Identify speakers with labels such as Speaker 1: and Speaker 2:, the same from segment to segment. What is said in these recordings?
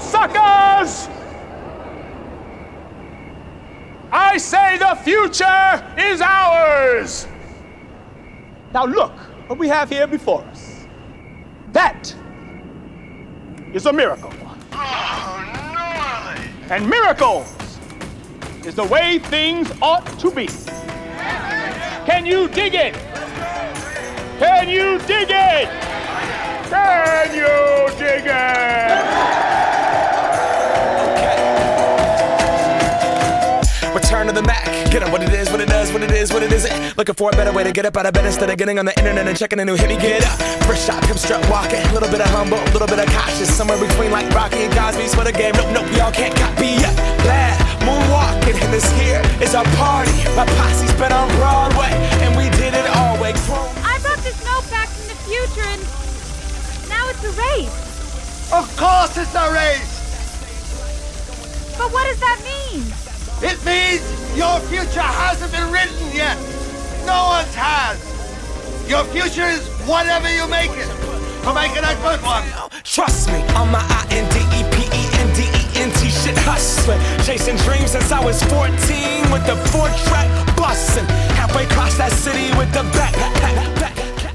Speaker 1: suckers! I say the future is ours! Now look what we have here before us. That is a miracle.
Speaker 2: Oh, gnarly!
Speaker 1: And miracles is the way things ought to be. Can you dig it? Can you dig it? Can you dig it?
Speaker 3: Return to the Mac. Get up what it is, what it does, what it is, what it isn't. Looking for a better way to get up out of bed instead of getting on the internet and checking a new hit. Me get up. First shot, come strut walking. A little bit of humble, a little bit of cautious. Somewhere between like Rocky and Cosby's for the game. Nope, nope, y'all can't copy up. Bad moonwalking. And this here is our party. My posse's been on Broadway, and we did it all way. Chrome
Speaker 4: I brought this note back from the future and now it's a race.
Speaker 2: Of course it's a race!
Speaker 4: But what does that mean?
Speaker 2: It means your future hasn't been written yet. No one's has. Your future is whatever you make it. So make it a good one.
Speaker 3: Trust me, on my I N D E P E N D E N T shit hustling. Chasing dreams since I was 14 with the four track busting. Halfway across that city with the back. back, back, back.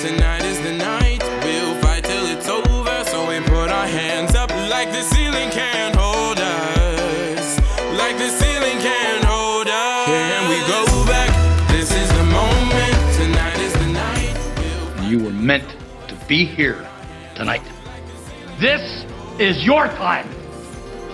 Speaker 5: Tonight is the night. We'll fight till it's over. So we put our hands up like the ceiling can't hold us. Like the ceiling can't hold us. Here we go back. This is the moment. Tonight is the night.
Speaker 6: You were meant to be here tonight. This is your time.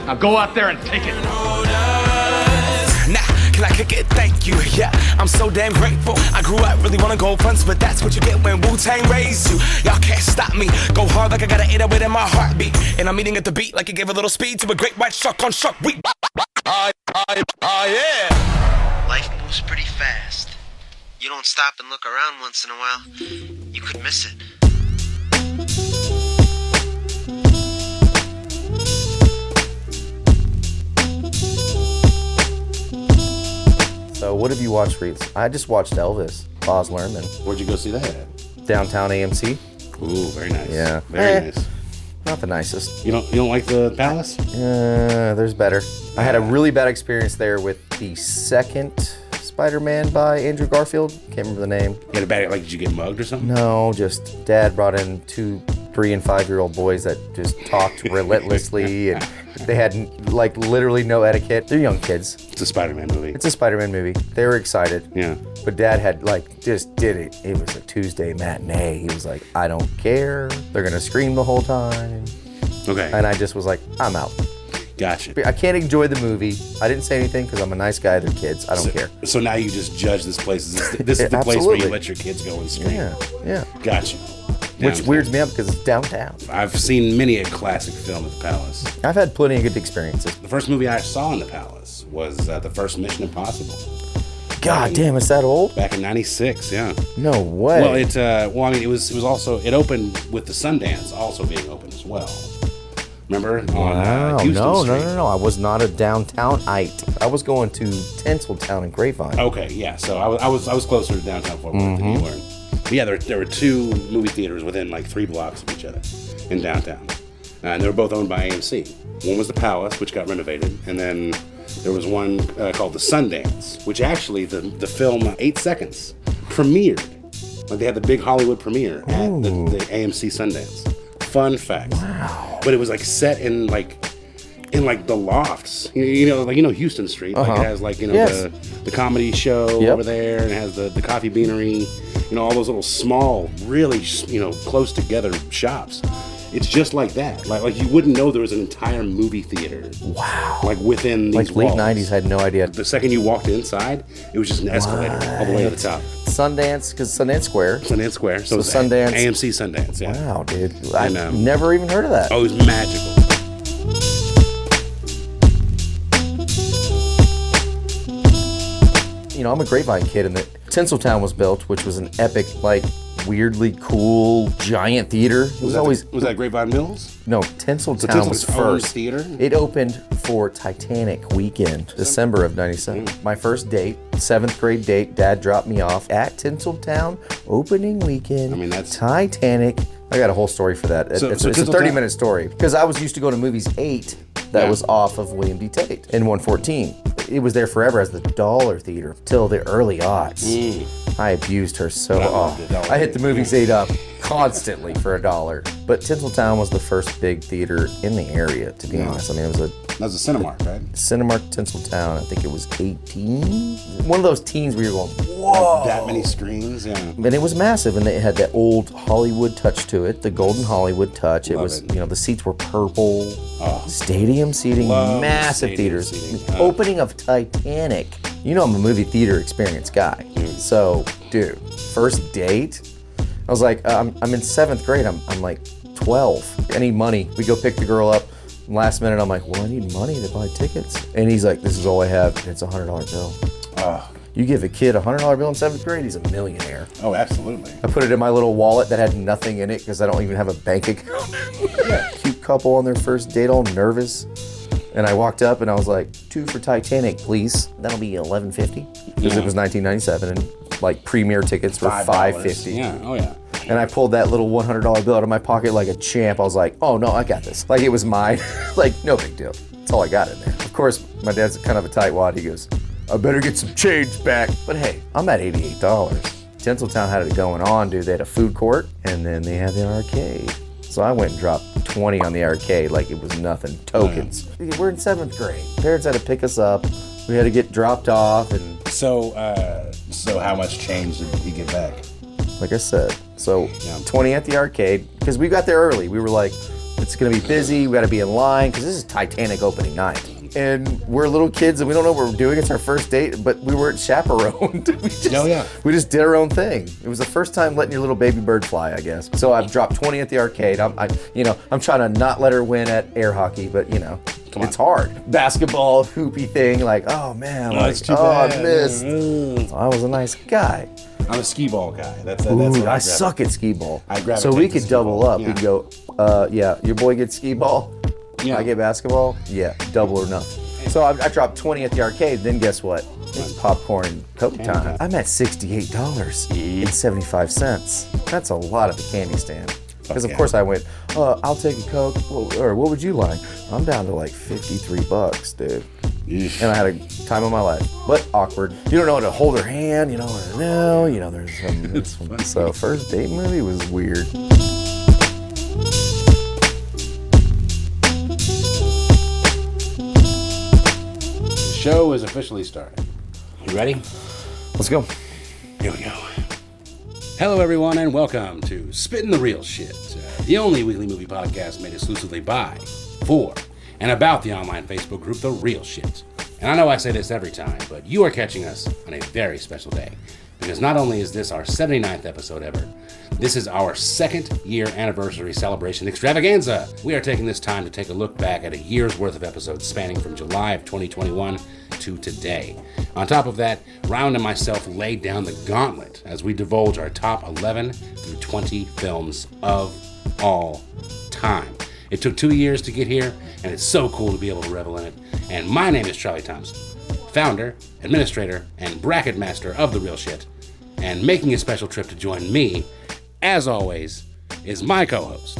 Speaker 6: Now go out there and take it.
Speaker 5: Hold us.
Speaker 3: Nah, can I kick it? Thank you. Yeah, I'm so damn grateful. I grew up really wanna go fronts, but that's what you get when Wu Tang raised you. Y'all can't stop me. Go hard like I got an 808 in my heartbeat, and I'm eating at the beat like it gave a little speed to a great white shark on shark week.
Speaker 7: Life moves pretty fast. You don't stop and look around once in a while, you could miss it.
Speaker 8: So, what have you watched, Reeds? I just watched Elvis, Boz Lerman,
Speaker 9: Where'd you go see that at?
Speaker 8: Downtown AMC.
Speaker 9: Ooh, very nice.
Speaker 8: Yeah.
Speaker 9: Very
Speaker 8: Eh.
Speaker 9: nice.
Speaker 8: Not the nicest.
Speaker 9: You don't you don't like the palace?
Speaker 8: Uh, there's better. I had a really bad experience there with the second Spider Man by Andrew Garfield. Can't remember the name.
Speaker 9: You had a bad like did you get mugged or something?
Speaker 8: No, just dad brought in two, three, and five year old boys that just talked relentlessly and they had like literally no etiquette. They're young kids.
Speaker 9: It's a Spider-Man movie.
Speaker 8: It's a Spider Man movie. They were excited.
Speaker 9: yeah.
Speaker 8: But dad had like just did it. It was a Tuesday matinee. He was like, I don't care. They're gonna scream the whole time.
Speaker 9: Okay.
Speaker 8: And I just was like, I'm out.
Speaker 9: gotcha.
Speaker 8: I can't enjoy the movie. I didn't say anything because I'm a nice guy. They're kids. I don't care.
Speaker 9: So now you just judge this place. This is the, this is the
Speaker 8: Yeah,
Speaker 9: place where you
Speaker 8: absolutely.
Speaker 9: let your kids go and scream.
Speaker 8: Yeah, yeah.
Speaker 9: Gotcha.
Speaker 8: Which
Speaker 9: Downtown.
Speaker 8: weirds me out because it's downtown.
Speaker 9: I've seen many a classic film at the Palace.
Speaker 8: I've had plenty of good experiences.
Speaker 9: The first movie I saw in the Palace was uh, the first Mission Impossible
Speaker 8: God damn, it's that old?
Speaker 9: back in '96. Yeah.
Speaker 8: No way.
Speaker 9: Well, it uh, well, I mean, it was it was also it opened with the Sundance also being open as well. Remember? On,
Speaker 8: wow.
Speaker 9: uh, Houston
Speaker 8: no,
Speaker 9: Street.
Speaker 8: no, no, no. I was not a downtownite. I was going to Tinseltown and Grapevine.
Speaker 9: Okay, yeah. So I was I was I was closer to downtown Fort Worth than you were. But yeah, there, there were two movie theaters within like three blocks of each other in downtown, Uh, and they were both owned by AMC. One was the Palace, which got renovated, and then there was one uh, called the Sundance, which actually the the film uh, Eight Seconds premiered. Like they had the big Hollywood premiere at the, the AMC Sundance. Fun fact. Wow. But it was like set in like in like the lofts. You, you know, like you know Houston Street. Like
Speaker 8: Uh-huh.
Speaker 9: it has like you know
Speaker 8: Yes.
Speaker 9: the the comedy show
Speaker 8: Yep.
Speaker 9: over there and it has the, the coffee beanery you know all those little small really you know close together shops it's just like that like like you wouldn't know there was an entire movie theater wow like within these
Speaker 8: like late
Speaker 9: walls.
Speaker 8: 90s, I had no idea.
Speaker 9: the second you walked inside it was just an escalator all the way to the top
Speaker 8: Sundance, because Sundance Square.
Speaker 9: Sundance Square so,
Speaker 8: So
Speaker 9: it's A-
Speaker 8: Sundance-
Speaker 9: AMC Sundance yeah
Speaker 8: Wow, dude.
Speaker 9: I
Speaker 8: I
Speaker 9: know.
Speaker 8: have never even heard of that.
Speaker 9: oh it was magical
Speaker 8: You know, I'm a Grapevine kid, and the Tinseltown was built, which was an epic, like, weirdly cool giant theater. It was,
Speaker 5: Was that
Speaker 8: always
Speaker 5: the, was that Grapevine Mills?
Speaker 8: no Tinseltown
Speaker 5: Tinseltown's
Speaker 8: was
Speaker 5: own
Speaker 8: first
Speaker 5: theater?
Speaker 8: It opened for Titanic weekend, December of '97. My first date, seventh grade date. Dad dropped me off at Tinseltown opening weekend. I mean, that's Titanic. I got a whole story for that. It-
Speaker 5: So-
Speaker 8: it's
Speaker 5: so
Speaker 8: it's a
Speaker 5: Tinseltown-
Speaker 8: 30 minute story because I was used to going to movies eight. That
Speaker 5: Yeah.
Speaker 8: was off of William D. Tate in 114. It was there forever as the Dollar Theater till the early aughts. I abused her so.
Speaker 5: I
Speaker 8: off.
Speaker 5: loved it. Dollar
Speaker 8: I hit the movies eight up constantly for a dollar. But Tinseltown was the first big theater in the area, to be honest. I mean, it was a
Speaker 5: That was a Cinemark, right?
Speaker 8: Cinemark Tinseltown. I think it was 18. One of those teens where you're going,
Speaker 5: Whoa! that many screens, yeah.
Speaker 8: and it was massive, and it had that old Hollywood touch to it, the golden Hollywood touch. it
Speaker 5: Love
Speaker 8: was,
Speaker 5: it. Ah.
Speaker 8: you know, the seats were purple, stadium seating,
Speaker 5: Love
Speaker 8: massive
Speaker 5: stadium
Speaker 8: theaters.
Speaker 5: seating.
Speaker 8: The
Speaker 5: Uh.
Speaker 8: Opening of Titanic. You know, I'm a movie theater experience guy.
Speaker 5: Mm.
Speaker 8: So, dude, first date, I was like, uh, I'm, I'm in seventh grade. I'm, I'm like 12. I need money. We go pick the girl up. And Last minute, I'm like, well, I need money to buy tickets. And he's like, this is all I have. And it's a $100 bill.
Speaker 5: Ah.
Speaker 8: You give a kid a $100 bill in seventh grade, he's a millionaire.
Speaker 5: Oh, absolutely.
Speaker 8: I put it in my little wallet that had nothing in it because I don't even have a bank account. Cute couple on their first date, all nervous. And I walked up and I was like, two for Titanic, please. That'll be eleven fifty. Because
Speaker 5: Yeah.
Speaker 8: it was nineteen ninety seven and like premier tickets were five
Speaker 5: $5.
Speaker 8: fifty.
Speaker 5: Yeah. Oh yeah.
Speaker 8: And I pulled that little one hundred dollar bill out of my pocket like a champ. I was like, oh no, I got this. Like it was mine. like, no big deal. That's all I got in there. Of course, my dad's kind of a tightwad. He goes, I better get some change back. But hey, I'm at eighty-eight dollars. Tinseltown had it going on, dude. They had a food court and then they had the arcade. So I went and dropped 20 on the arcade like it was nothing. Tokens. We're in seventh grade. Parents had to pick us up. We had to get dropped off and
Speaker 5: So, uh, so how much change did he get back?
Speaker 8: like I said. So
Speaker 5: Yeah.
Speaker 8: 20 at the arcade because we got there early. We were like, it's gonna be busy. We gotta be in line because this is Titanic opening night, and we're little kids and we don't know what we're doing. It's our first date, but we weren't chaperoned. we just,
Speaker 5: Oh, yeah.
Speaker 8: we just did our own thing. It was the first time letting your little baby bird fly, I guess. So I've dropped 20 at the arcade. I'm, I, you know, I'm trying to not let her win at air hockey, but you know.
Speaker 5: Come on.
Speaker 8: It's hard. Basketball, hoopy thing, like, oh man,
Speaker 5: Oh,
Speaker 8: like,
Speaker 5: it's too
Speaker 8: oh, I
Speaker 5: bad.
Speaker 8: missed.
Speaker 5: Mm.
Speaker 8: I was a nice guy.
Speaker 5: I'm a skee ball guy. That's that's.
Speaker 8: Ooh,
Speaker 5: what
Speaker 8: I
Speaker 5: grab.
Speaker 8: suck at skee ball.
Speaker 5: I gravitate
Speaker 8: so we
Speaker 5: to
Speaker 8: could
Speaker 5: skee
Speaker 8: double
Speaker 5: ball,
Speaker 8: up.
Speaker 5: yeah.
Speaker 8: We could go, uh, yeah, your boy gets skee ball.
Speaker 5: Yeah.
Speaker 8: I get basketball. Yeah, double or nothing. So I, I dropped 20 at the arcade. Then guess what? It's popcorn and Coke time. I'm at $68 and 75 cents. That's a lot at the candy stand. Because of
Speaker 5: yeah.
Speaker 8: course I went, uh, I'll take a Coke, Wha- or what would you like? I'm down to like 53 bucks, dude
Speaker 5: Yeesh.
Speaker 8: and I had a time of my life, but awkward. You don't know how to hold her hand, you know, or no, you know, there's some. There's some so first date movie was weird.
Speaker 5: The show is officially started. You ready?
Speaker 8: Let's go.
Speaker 5: Here we go. Hello, everyone, and welcome to Spittin' the Real Shit, uh, the only weekly movie podcast made exclusively by, for, and about the online Facebook group The Real Shit. And I know I say this every time, but you are catching us on a very special day because not only is this our 79th episode ever, this is our second year anniversary celebration extravaganza. We are taking this time to take a look back at a year's worth of episodes spanning from July of 2021 to today. On top of that, Round and myself laid down the gauntlet as we divulge our top 11 through 20 films of all time. It took two years to get here, and it's so cool to be able to revel in it. And my name is Charlie Thompson, founder, administrator, and bracket master of The Real Shit. And making a special trip to join me, as always, is my co host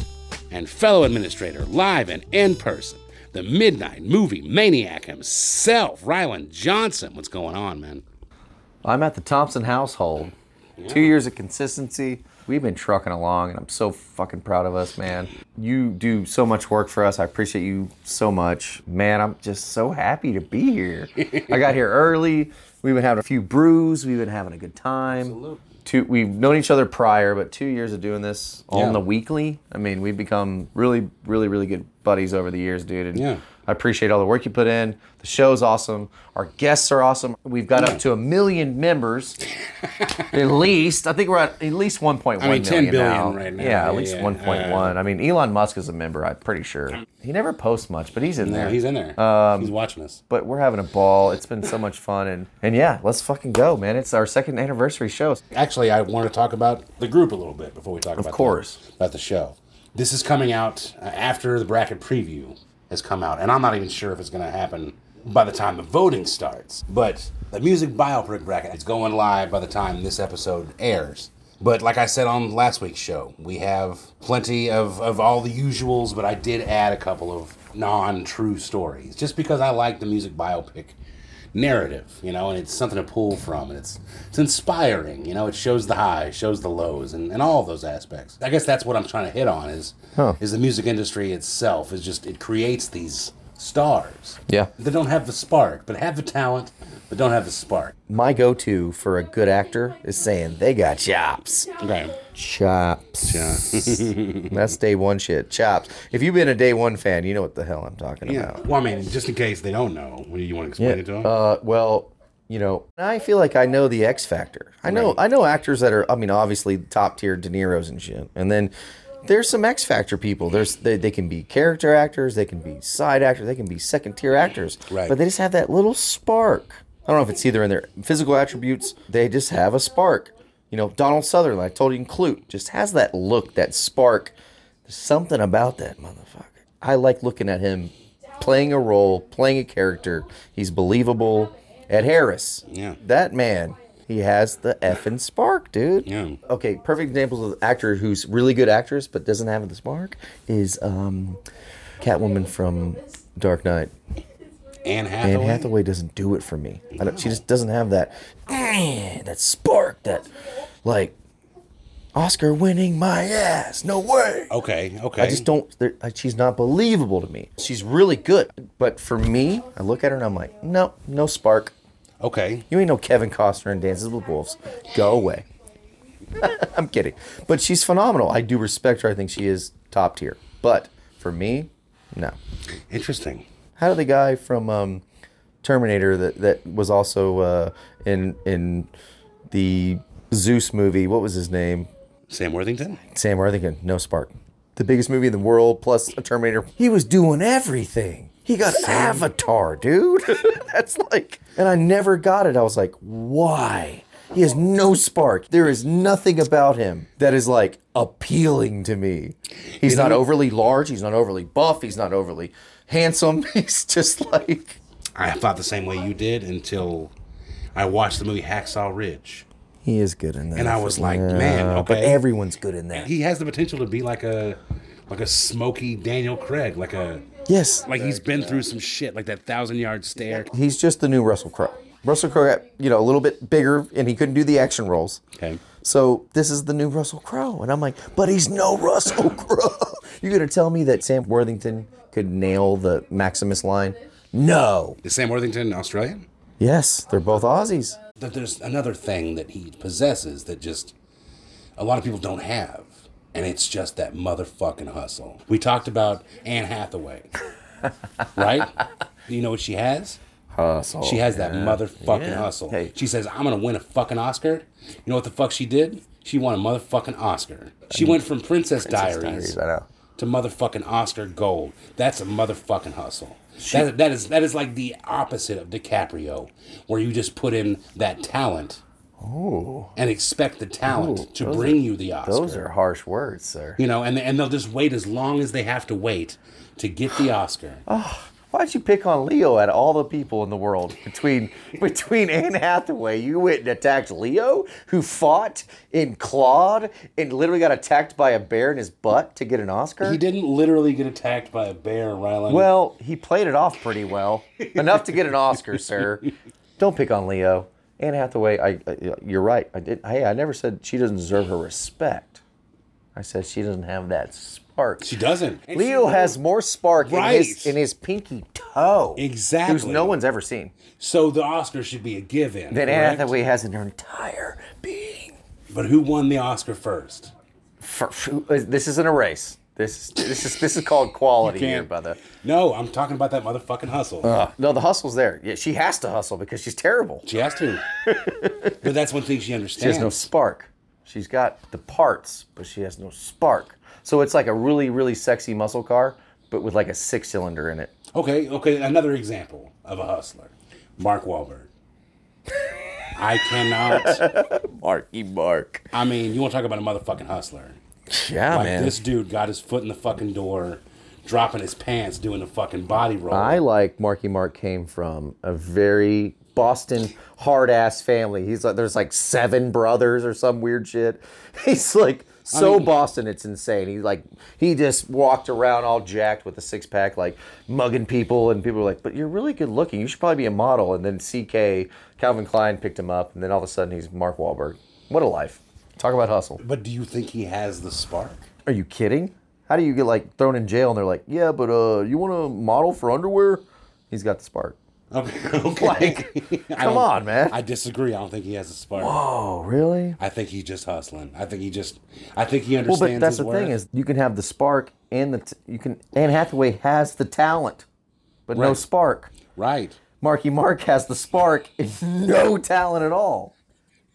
Speaker 5: and fellow administrator, live and in person, the Midnight Movie Maniac himself, Rylan Johnson. What's going on, man?
Speaker 8: I'm at the Thompson household. Two years of consistency. We've been trucking along, and I'm so fucking proud of us, man. You do so much work for us. I appreciate you so much. Man, I'm just so happy to be here. I got here early. We've been having a few brews. We've been having a good time. Absolutely. Two, we've known each other prior, but two years of doing this on
Speaker 5: Yeah.
Speaker 8: the weekly. I mean, we've become really, really, really good buddies over the years, dude. And
Speaker 5: Yeah.
Speaker 8: I appreciate all the work you put in. The show's awesome. Our guests are awesome. We've got up to a million members at least I think we're at at least 1.1
Speaker 5: I mean, 10
Speaker 8: million
Speaker 5: billion
Speaker 8: now.
Speaker 5: right now.
Speaker 8: Yeah,
Speaker 5: Yeah,
Speaker 8: at least
Speaker 5: yeah.
Speaker 8: 1.1. I mean, Elon Musk is a member. I'm pretty sure he never posts much, but he's in
Speaker 5: No,
Speaker 8: there.
Speaker 5: he's in there.
Speaker 8: Um,
Speaker 5: he's watching us.
Speaker 8: But we're having a ball. It's been so much fun, and and yeah, let's fucking go, man. It's our second anniversary show.
Speaker 5: Actually, I want to talk about the group a little bit before we talk
Speaker 8: Of
Speaker 5: about
Speaker 8: course.
Speaker 5: the, about the show. This is coming out uh, after the bracket preview has come out, and I'm not even sure if it's going to happen by the time the voting starts. But the music biopic bracket is going live by the time this episode airs. But like I said on last week's show, we have plenty of, of all the usuals, but I did add a couple of non true stories just because I like the music biopic narrative, you know, and it's something to pull from, and it's it's inspiring, you know. It shows the highs, shows the lows, and, and all of those aspects. I guess that's what I'm trying to hit on is
Speaker 8: Huh.
Speaker 5: is the music industry itself is just it creates these stars
Speaker 8: Yeah.
Speaker 5: that don't have the spark, but have the talent, but don't have the spark.
Speaker 8: My go-to for a good actor is saying they got chops.
Speaker 5: Okay.
Speaker 8: Chops. Chops. That's day one shit. Chops. If you've been a day one fan, you know what the hell I'm talking about.
Speaker 5: Yeah. Well, I mean, just in case they don't know, what do you want to explain it to them?
Speaker 8: Uh, well, you know, I feel like I know the X factor. I know I know actors that are. I mean, obviously top tier De Niro's and shit. And then there's some X factor people. There's they, they can be character actors. They can be side actors. They can be second tier actors.
Speaker 5: Right.
Speaker 8: But they just have that little spark. I don't know if it's either in their physical attributes. They just have a spark. You know, Donald Sutherland. I told you in Clute just has that look, that spark. There's something about that motherfucker. I like looking at him playing a role, playing a character. He's believable. Ed Harris.
Speaker 5: Yeah.
Speaker 8: That man, he has the effing spark, dude.
Speaker 5: Yeah.
Speaker 8: Okay, perfect examples of actor who's really good actress but doesn't have the spark is um, Catwoman from Dark Knight.
Speaker 5: Anne
Speaker 8: Anne
Speaker 5: Hathaway.
Speaker 8: Hathaway doesn't do it for me. I don't, she just doesn't have that "Eh," that spark, that like Oscar winning my ass. No way.
Speaker 5: Okay. Okay.
Speaker 8: I just don't. there- I- She's not believable to me. She's really good, but for me, I look at her and I'm like, no, no spark.
Speaker 5: Okay.
Speaker 8: You ain't no Kevin Costner in Dances with Wolves. Go away. I'm kidding, but she's phenomenal. I do respect her. I think she is top tier. But for me, no.
Speaker 5: Interesting.
Speaker 8: How did the guy from um, Terminator that that was also uh, in in the Zeus movie? What was his name?
Speaker 5: Sam Worthington.
Speaker 8: Sam Worthington, no spark. The biggest movie in the world, plus a Terminator. He was doing everything. He got Avatar, dude. That's like, and I never got it. I was like, why? He has no spark. There is nothing about him that is like appealing to me. He's
Speaker 5: You know-
Speaker 8: not overly large. He's not overly buff. He's not overly handsome. He's just like,
Speaker 5: I thought the same way you did until I watched the movie Hacksaw Ridge.
Speaker 8: he is good in that.
Speaker 5: And I was like, man,
Speaker 8: Yeah, But
Speaker 5: okay.
Speaker 8: everyone's good in that.
Speaker 5: He has the potential to be like a like a smoky Daniel Craig, like a
Speaker 8: Yes.
Speaker 5: like he's been through some shit, like that thousand yard stare.
Speaker 8: He's just the new Russell Crowe. Russell Crowe got, you know, a little bit bigger and he couldn't do the action roles.
Speaker 5: Okay.
Speaker 8: So this is the new Russell Crowe. And I'm like, but he's no Russell Crowe. You're going to tell me that Sam Worthington could nail the Maximus line? No.
Speaker 5: Is Sam Worthington Australian?
Speaker 8: Yes, they're both Aussies.
Speaker 5: That there's another thing that he possesses that just a lot of people don't have. And it's just that motherfucking hustle. We talked about Anne Hathaway. right? You know what she has?
Speaker 8: Hustle.
Speaker 5: She has that motherfucking
Speaker 8: Oh, Yeah.
Speaker 5: hustle.
Speaker 8: Hey.
Speaker 5: She says, I'm going to win a fucking Oscar. You know what the fuck she did? She won a motherfucking Oscar. She went from Princess, Diaries,
Speaker 8: Diaries, I know.
Speaker 5: to motherfucking Oscar Gold. That's a motherfucking hustle. That, that is that is like the opposite of DiCaprio, where you just put in that talent and expect the talent
Speaker 8: Oh. Ooh,
Speaker 5: to
Speaker 8: those
Speaker 5: bring
Speaker 8: are-
Speaker 5: you the Oscar.
Speaker 8: Those are harsh words, sir.
Speaker 5: you know, and and they'll just wait as long as they have to wait to get the Oscar.
Speaker 8: Why'd you pick on Leo out of all the people in the world? Between between Anne Hathaway, you went and attacked Leo, who fought and clawed and literally got attacked by a bear in his butt to get an Oscar.
Speaker 5: He didn't literally get attacked by a bear, Rylan.
Speaker 8: Well, he played it off pretty well, enough to get an Oscar, sir. Don't pick on Leo. Anne Hathaway, I, I you're right. I did. Hey, I never said she doesn't deserve her respect. I said she doesn't have that spark.
Speaker 5: she doesn't. And she
Speaker 8: Leo has more spark in his
Speaker 5: Right.
Speaker 8: in his pinky toe.
Speaker 5: Exactly.
Speaker 8: Who's no one's ever seen.
Speaker 5: So the Oscar should be a given.
Speaker 8: That Anne
Speaker 5: correct?
Speaker 8: Hathaway has in her entire being.
Speaker 5: But who won the Oscar first?
Speaker 8: For, for- uh, this isn't a race. This is this is this is called quality
Speaker 5: You
Speaker 8: here,
Speaker 5: can't-
Speaker 8: brother.
Speaker 5: No, I'm talking about that motherfucking hustle.
Speaker 8: Ugh. no, the hustle's there. Yeah, she has to hustle because she's terrible.
Speaker 5: She has to. but that's one thing she understands.
Speaker 8: She has no spark. She's got the parts, but she has no spark. So it's like a really, really sexy muscle car, but with like a six cylinder in it.
Speaker 5: Okay, okay, another example of a hustler. Mark Wahlberg. I cannot.
Speaker 8: Marky Mark.
Speaker 5: I mean, you want to talk about a motherfucking hustler.
Speaker 8: Yeah,
Speaker 5: like
Speaker 8: man.
Speaker 5: this dude got his foot in the fucking door, dropping his pants, doing a fucking body roll.
Speaker 8: I like Marky Mark came from a very Boston hard ass family. He's like, there's like seven brothers or some weird shit. He's like so
Speaker 5: mean-
Speaker 8: Boston, it's insane. He like he just walked around all jacked with a six pack, like mugging people, and people were like, "But you're really good looking. You should probably be a model." And then CK Calvin Klein picked him up, and then all of a sudden he's Mark Wahlberg. What a life! Talk about hustle.
Speaker 5: But do you think he has the spark?
Speaker 8: Are you kidding? How do you get like thrown in jail and they're like, yeah, but uh, you want to model for underwear? He's got the spark.
Speaker 5: Okay. okay.
Speaker 8: Like,
Speaker 5: I
Speaker 8: come
Speaker 5: don't-
Speaker 8: on, man.
Speaker 5: I disagree. I don't think he has a spark.
Speaker 8: Whoa, Oh, really?
Speaker 5: I think he's just hustling. I think he just. I think he
Speaker 8: Well,
Speaker 5: understands.
Speaker 8: but that's
Speaker 5: his
Speaker 8: the
Speaker 5: worth.
Speaker 8: thing is, you can have the spark and the t- you can. Anne Hathaway has the talent, but no
Speaker 5: Right.
Speaker 8: spark.
Speaker 5: right.
Speaker 8: Marky Mark has the spark and no talent at all.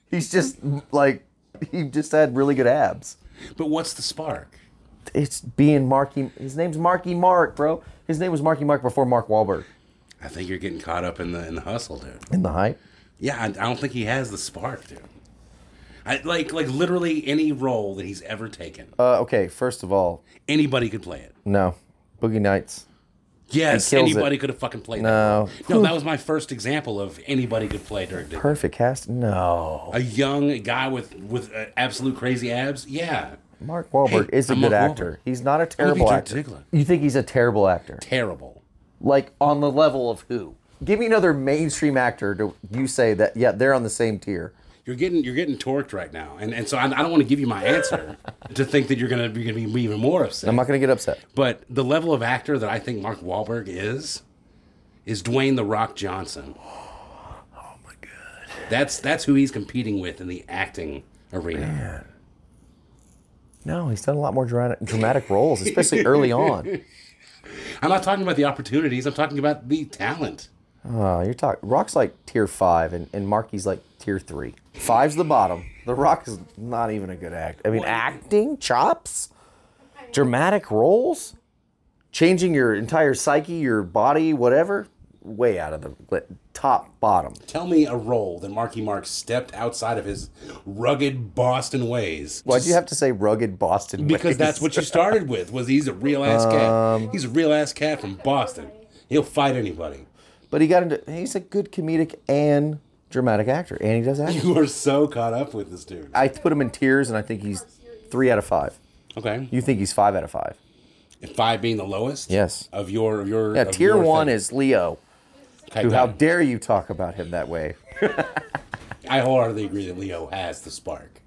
Speaker 8: He's just like he just had really good abs.
Speaker 5: But what's the spark?
Speaker 8: It's being Marky. His name's Marky Mark, bro. His name was Marky Mark before Mark Wahlberg.
Speaker 5: I think you're getting caught up in the in the hustle, dude.
Speaker 8: In the hype.
Speaker 5: Yeah, I, I don't think he has the spark, dude. I, like like literally any role that he's ever taken,
Speaker 8: Uh, okay, first of all,
Speaker 5: anybody could play it.
Speaker 8: no, Boogie Nights.
Speaker 5: Yes,
Speaker 8: He kills
Speaker 5: anybody
Speaker 8: it.
Speaker 5: could have fucking played
Speaker 8: No.
Speaker 5: that. role. No, that was my first example of anybody could play Dirk Diggler.
Speaker 8: Perfect cast. No,
Speaker 5: A young guy with with uh, absolute crazy abs. Yeah,
Speaker 8: Mark Wahlberg
Speaker 5: Hey,
Speaker 8: is a
Speaker 5: I'm
Speaker 8: good
Speaker 5: Mark
Speaker 8: actor.
Speaker 5: Wahlberg.
Speaker 8: He's not
Speaker 5: gonna
Speaker 8: a
Speaker 5: be
Speaker 8: terrible
Speaker 5: Dirk
Speaker 8: actor.
Speaker 5: Diggler.
Speaker 8: You think he's a terrible actor?
Speaker 5: terrible.
Speaker 8: Like on the level of who? Give me another mainstream actor to you say that. Yeah, they're on the same tier.
Speaker 5: You're getting you're getting torqued right now, and and so I, I don't want to give you my answer to think that you're gonna be gonna be even more upset.
Speaker 8: I'm not gonna get upset.
Speaker 5: But the level of actor that I think Mark Wahlberg is, is Dwayne the Rock Johnson. Oh my god. That's that's who he's competing with in the acting arena.
Speaker 8: No, he's done a lot more dra- dramatic roles, especially early on.
Speaker 5: I'm not talking about the opportunities. I'm talking about the talent.
Speaker 8: Uh, you're talking. Rock's like tier five, and and Marky's like tier three. Five's the bottom. The Rock is not even a good act. I mean, acting chops, dramatic roles, changing your entire psyche, your body, whatever. Way out of the li- top bottom.
Speaker 5: Tell me a role that Marky Mark stepped outside of his rugged Boston ways.
Speaker 8: Why'd you have to say rugged Boston?
Speaker 5: Because
Speaker 8: ways?
Speaker 5: that's what you started with. Was he's a real ass
Speaker 8: Um,
Speaker 5: cat? He's a real ass cat from Boston. He'll fight anybody.
Speaker 8: But he got into. He's a good comedic and dramatic actor, and he does act.
Speaker 5: You are so caught up with this dude.
Speaker 8: I put him in tiers, and I think he's three out of five.
Speaker 5: Okay.
Speaker 8: You think he's five out of five?
Speaker 5: Five being the lowest.
Speaker 8: Yes.
Speaker 5: Of your of your
Speaker 8: Yeah.
Speaker 5: of
Speaker 8: Tier
Speaker 5: your
Speaker 8: one
Speaker 5: thing.
Speaker 8: is Leo.
Speaker 5: Okay,
Speaker 8: Who,
Speaker 5: got
Speaker 8: how
Speaker 5: it.
Speaker 8: dare you talk about him that way?
Speaker 5: I wholeheartedly agree that Leo has the spark.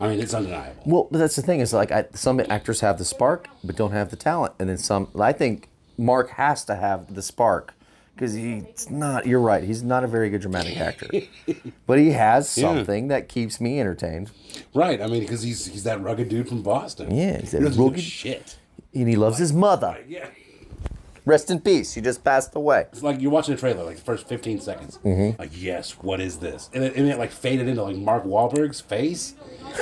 Speaker 5: I mean, it's undeniable.
Speaker 8: Well, but that's the thing is like I, some actors have the spark but don't have the talent, and then some. I think Mark has to have the spark because he's not. You're right. He's not a very good dramatic actor, but he has
Speaker 5: Yeah.
Speaker 8: something that keeps me entertained,
Speaker 5: Right. I mean, because he's he's that rugged dude from Boston.
Speaker 8: Yeah, he's that
Speaker 5: he doesn't do
Speaker 8: rugged-
Speaker 5: shit.
Speaker 8: and he loves his mother.
Speaker 5: Yeah.
Speaker 8: Rest in peace. She just passed away.
Speaker 5: It's like you're watching a trailer, like the first 15 seconds.
Speaker 8: Mm-hmm.
Speaker 5: Like, yes, what is this? And it, and it like faded into like Mark Wahlberg's face.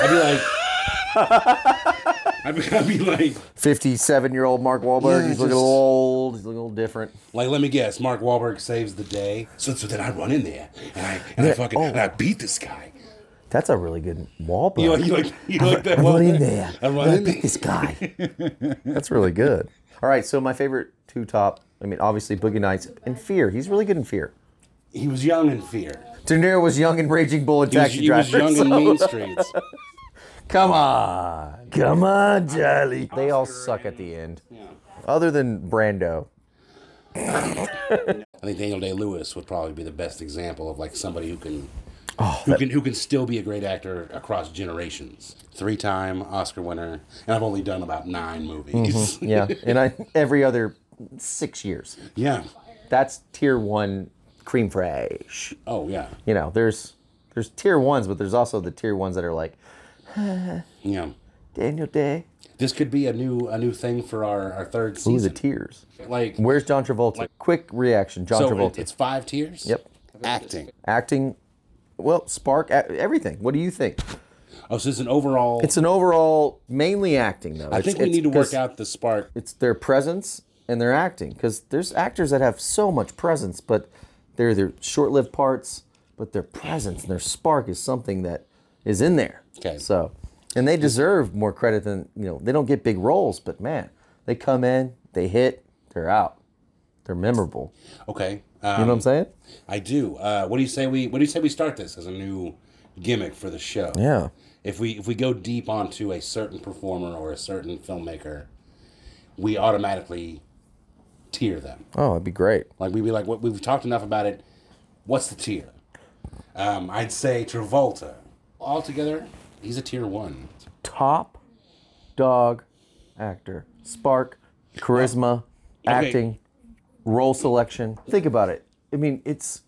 Speaker 5: I'd be like, I'd be, I'd be like,
Speaker 8: Fifty-seven-year-old Mark Wahlberg.
Speaker 5: Yeah,
Speaker 8: he's looking
Speaker 5: just-
Speaker 8: a little old. He's looking a little different.
Speaker 5: like let me guess, Mark Wahlberg saves the day. So, so then I run in there and I and I
Speaker 8: Yeah,
Speaker 5: fucking
Speaker 8: oh.
Speaker 5: and I beat this guy.
Speaker 8: That's a really good Wahlberg.
Speaker 5: You like you like you like that
Speaker 8: I'm
Speaker 5: one?
Speaker 8: not in there.
Speaker 5: I run
Speaker 8: I
Speaker 5: in
Speaker 8: pick
Speaker 5: there.
Speaker 8: this guy. That's really good. All right, so my favorite two top. I mean, obviously Boogie Nights and Fear. He's really good in Fear.
Speaker 5: He was young in fear.
Speaker 8: De Niro was young and Raging Bull and
Speaker 5: He was,
Speaker 8: Taxi
Speaker 5: he was
Speaker 8: Driver.
Speaker 5: young
Speaker 8: so-
Speaker 5: in Mean Streets.
Speaker 8: Come on, come on, Charlie. They all suck at the end. Other than Brando,
Speaker 5: I think Daniel Day Lewis would probably be the best example of like somebody who can,
Speaker 8: Oh,
Speaker 5: who can who can still be a great actor across generations. Three time Oscar winner, and I've only done about nine movies.
Speaker 8: Mm-hmm. yeah, and I every other six years.
Speaker 5: yeah.
Speaker 8: That's tier one cream fraiche.
Speaker 5: Oh yeah.
Speaker 8: You know, there's there's tier ones, but there's also the tier ones that are like
Speaker 5: Yeah.
Speaker 8: Daniel Day.
Speaker 5: This could be a new a new thing for our, our third
Speaker 8: Ooh, the
Speaker 5: season.
Speaker 8: tears.
Speaker 5: Like
Speaker 8: Where's John Travolta?
Speaker 5: like-
Speaker 8: Quick reaction, John
Speaker 5: so it-
Speaker 8: Travolta.
Speaker 5: it's five tiers.
Speaker 8: Yep.
Speaker 5: Acting.
Speaker 8: Acting, well, spark, a- everything. What do you think?
Speaker 5: Oh, so it's an overall.
Speaker 8: It's an overall, mainly acting though.
Speaker 5: I
Speaker 8: It's-
Speaker 5: think we
Speaker 8: it's-
Speaker 5: need to work
Speaker 8: 'cause
Speaker 5: out the spark.
Speaker 8: It's their presence and their acting, because there's actors that have so much presence, but they're their short-lived parts. But their presence and their spark is something that is in there.
Speaker 5: Okay.
Speaker 8: So, and they deserve more credit than you know. They don't get big roles, but man, they come in, they hit, they're out, they're memorable.
Speaker 5: Okay. Uh,
Speaker 8: You
Speaker 5: Um,
Speaker 8: know what I'm saying?
Speaker 5: I do. Uh, what do you say we What do you say we start this as a new gimmick for the show?
Speaker 8: Yeah.
Speaker 5: If we if we go deep onto a certain performer or a certain filmmaker, we automatically tier them.
Speaker 8: Oh, that'd be great.
Speaker 5: Like we'd be like, what we've talked enough about it. What's the tier? Um, I'd say Travolta. Altogether, he's a tier one.
Speaker 8: Top dog actor, spark, charisma,
Speaker 5: Okay.
Speaker 8: acting, role selection. Think about it. I mean, it's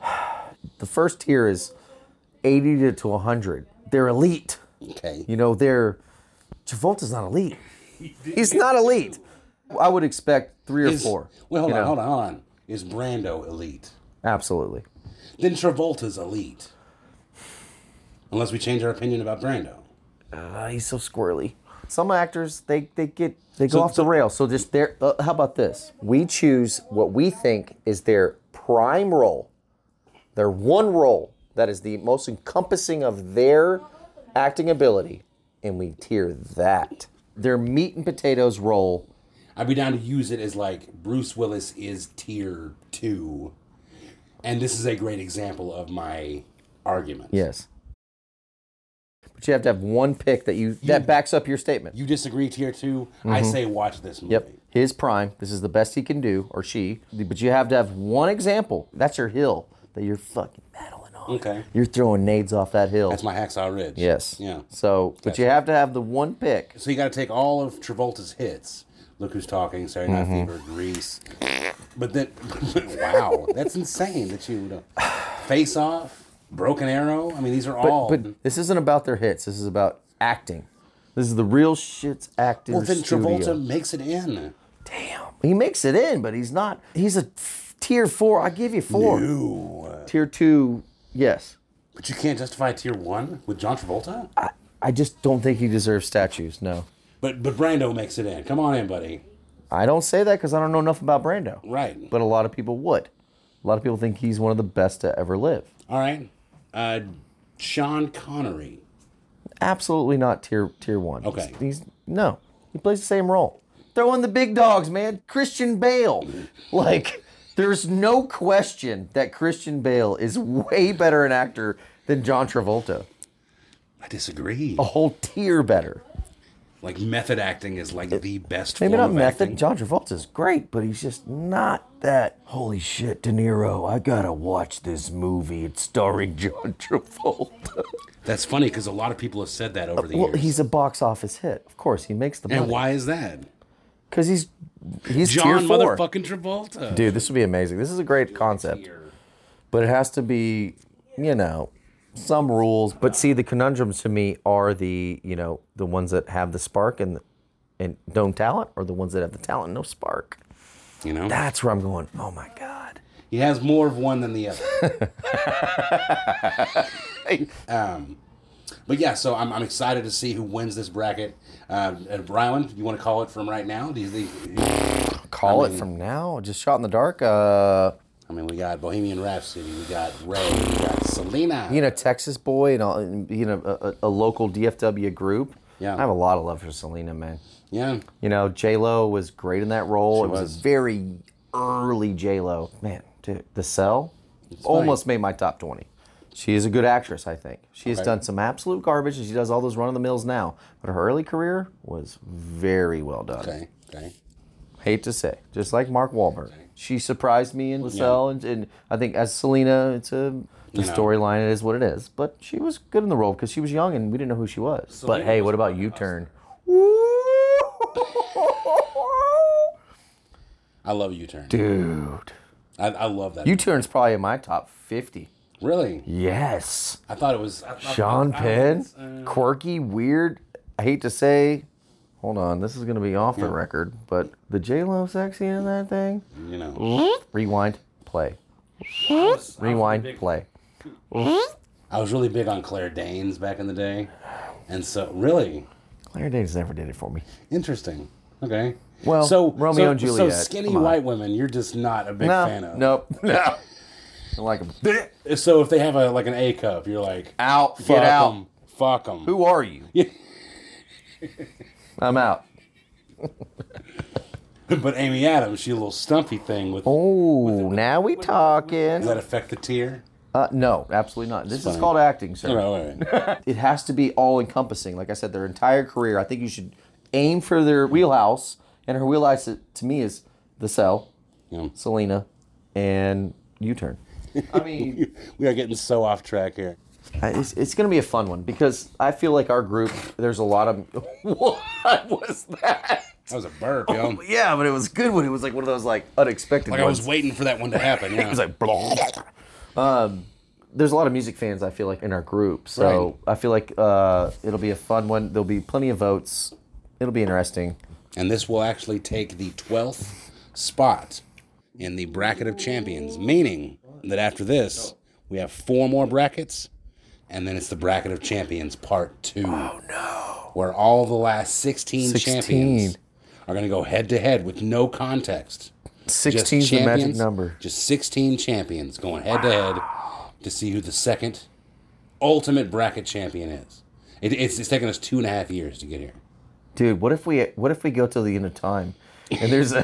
Speaker 8: the first tier is 80 to, to 100. They're elite.
Speaker 5: Okay.
Speaker 8: You know, they're Travolta's not elite. He's not elite. I would expect three or
Speaker 5: Is-
Speaker 8: four.
Speaker 5: Wait, hold
Speaker 8: you
Speaker 5: on,
Speaker 8: know?
Speaker 5: hold on, hold on. Is Brando elite?
Speaker 8: Absolutely.
Speaker 5: Then Travolta's elite. Unless we change our opinion about Brando.
Speaker 8: Ah, he's so squirrely. Some actors they they get they go
Speaker 5: So-
Speaker 8: off
Speaker 5: so-
Speaker 8: the rail. So just there. Uh, how about this? We choose what we think is their prime role, their one role that is the most encompassing of their acting ability, and we tier that their meat and potatoes role.
Speaker 5: I'd be down to use it as like Bruce Willis is tier two. And this is a great example of my argument.
Speaker 8: Yes. But you have to have one pick that you, that backs up your statement.
Speaker 5: You disagree tier 2 I say watch this movie.
Speaker 8: Mm-hmm. Yep. His prime. This is the best he can do, or she. But you have to have one example. That's your hill that you're fucking battling on.
Speaker 5: Okay.
Speaker 8: You're throwing nades off that hill.
Speaker 5: That's my Hacksaw Ridge.
Speaker 8: yes.
Speaker 5: Yeah.
Speaker 8: So, but
Speaker 5: That's
Speaker 8: you
Speaker 5: right.
Speaker 8: have to have the one pick.
Speaker 5: So you got to take all of Travolta's hits. Look who's talking, Saturday Night
Speaker 8: Mm-hmm.
Speaker 5: Fever, Grease. But then, wow, that's insane that you would uh, face off, Broken Arrow. I mean, these are all.
Speaker 8: But, but this isn't about their hits. This is about acting. This is the real shit's acting.
Speaker 5: well, then
Speaker 8: studio.
Speaker 5: Travolta makes it in.
Speaker 8: Damn. He makes it in, but he's not. He's a f- tier four. I give you four.
Speaker 5: Ooh.
Speaker 8: Tier two. Yes.
Speaker 5: But you can't justify tier one with John Travolta.
Speaker 8: I just don't think he deserves statues. No.
Speaker 5: But but Brando makes it in. Come on in, buddy.
Speaker 8: I don't say that because I don't know enough about Brando.
Speaker 5: Right.
Speaker 8: But a lot of people would. A lot of people think he's one of the best to ever live.
Speaker 5: all right. Uh, Sean Connery.
Speaker 8: Absolutely not tier tier one.
Speaker 5: Okay.
Speaker 8: He's, he's- no. He plays the same role. Throw in the big dogs, man. Christian Bale. Like, there's no question that Christian Bale is way better an actor than John Travolta.
Speaker 5: I disagree.
Speaker 8: A whole tier better.
Speaker 5: Like method acting is like the best.
Speaker 8: Maybe
Speaker 5: form
Speaker 8: not
Speaker 5: of
Speaker 8: method.
Speaker 5: acting.
Speaker 8: John Travolta's great, but he's just not that. Holy shit, De Niro! I gotta watch this movie. It's starring John Travolta.
Speaker 5: That's funny because a lot of people have said that over the
Speaker 8: well,
Speaker 5: years.
Speaker 8: he's a box office hit. Of course, he makes the
Speaker 5: and
Speaker 8: money
Speaker 5: why is that?
Speaker 8: because he's he's
Speaker 5: John
Speaker 8: tier four.
Speaker 5: motherfucking Travolta.
Speaker 8: Dude, this would be amazing. This is a great concept, but it has to be, you know, some rules. But see, the conundrums to me are the you know the ones that have the spark and and no talent, or the ones that have the talent and no spark.
Speaker 5: You know,
Speaker 8: That's where I'm going. Oh my god.
Speaker 5: he has more of one than the other. um, but yeah, so I'm, I'm excited to see who wins this bracket. Um, and Ryland, you want to call it from right now? Do you think?
Speaker 8: Call
Speaker 5: I
Speaker 8: it
Speaker 5: mean-
Speaker 8: from now. Just shot in the dark. Uh,
Speaker 5: I mean, we got Bohemian Rhapsody, we got Ray, we got Selena.
Speaker 8: you know, Texas boy and all, and, you know a, a- a local DFW group.
Speaker 5: Yeah.
Speaker 8: I have a lot of love for Selena, man.
Speaker 5: yeah.
Speaker 8: You know, J Lo was great in that role. it was,
Speaker 5: was.
Speaker 8: a very early J Lo. Man, dude, The Cell almost made my top twenty. She is a good actress, I think. She has
Speaker 5: Okay.
Speaker 8: done some absolute garbage, and she does all those run of the mills now. But her early career was very well done.
Speaker 5: Okay. Okay.
Speaker 8: hate to say, just like Mark Wahlberg. She surprised me in Cell, and, and I think as Selena, it's a the
Speaker 5: know.
Speaker 8: storyline. It is what it is, but she was good in the role because she was young and we didn't know who she was. but hey, what about U Turn?
Speaker 5: I love U Turn.
Speaker 8: Dude,
Speaker 5: I, I love that.
Speaker 8: U Turn's probably in my top fifty.
Speaker 5: really?
Speaker 8: Yes,
Speaker 5: I thought it was I- I-
Speaker 8: Sean
Speaker 5: I- I-
Speaker 8: Penn,
Speaker 5: uh,
Speaker 8: quirky, weird. I hate to say, Hold on, this is gonna be off the record, but the J Lo sexy in that thing.
Speaker 5: You know.
Speaker 8: Rewind, play.
Speaker 5: was- I was
Speaker 8: Rewind,
Speaker 5: big-
Speaker 8: play.
Speaker 5: I was really big on Claire Danes back in the day, and so really
Speaker 8: Claire Danes never did it for me.
Speaker 5: interesting. Okay.
Speaker 8: Well,
Speaker 5: so
Speaker 8: Romeo
Speaker 5: so-
Speaker 8: and Juliet,
Speaker 5: So skinny
Speaker 8: come on.
Speaker 5: white women, you're just not a big
Speaker 8: no,
Speaker 5: fan of.
Speaker 8: nope, no. I like them.
Speaker 5: So if they have a like an A cup, you're like
Speaker 8: Out,
Speaker 5: fuck
Speaker 8: get out.
Speaker 5: 'em, fuck them.
Speaker 8: Who are you? I'm out.
Speaker 5: but Amy Adams, she a little stumpy thing with.
Speaker 8: Oh, now we talking.
Speaker 5: Does that affect the tear?
Speaker 8: Uh, no, absolutely not. This is
Speaker 5: fine.
Speaker 8: called acting, sir.
Speaker 5: No, wait, wait.
Speaker 8: it has to be all encompassing. Like I said, their entire career. I think you should aim for their wheelhouse, and her wheelhouse to to me is the cell,
Speaker 5: Yeah.
Speaker 8: Selena, and U Turn. I mean,
Speaker 5: we are getting so off track here.
Speaker 8: I- it's, it's going to be a fun one because I feel like our group. There's a lot of what was that?
Speaker 5: That was a burp, yo.
Speaker 8: Yeah, but it was a good one. It was like one of those like unexpected.
Speaker 5: like I
Speaker 8: ones.
Speaker 5: was waiting for that one to happen. Yeah.
Speaker 8: It was like blah. Um, there's a lot of music fans I feel like in our group, so I feel like uh, it'll be a fun one. There'll be plenty of votes. It'll be interesting.
Speaker 5: and this will actually take the 12th spot in the bracket of champions, meaning that after this, we have four more brackets, and then it's the bracket of champions part two. Oh, no. Where all the last 16,
Speaker 8: 16.
Speaker 5: champions are going to go head to head with no context. Just
Speaker 8: 16 is the magic
Speaker 5: champions,
Speaker 8: number.
Speaker 5: Just 16 champions going head to head to see who the second ultimate bracket champion is. It, it's, it's taken us two and a half years to get here.
Speaker 8: Dude, what if we what if we go till the end of time and there's a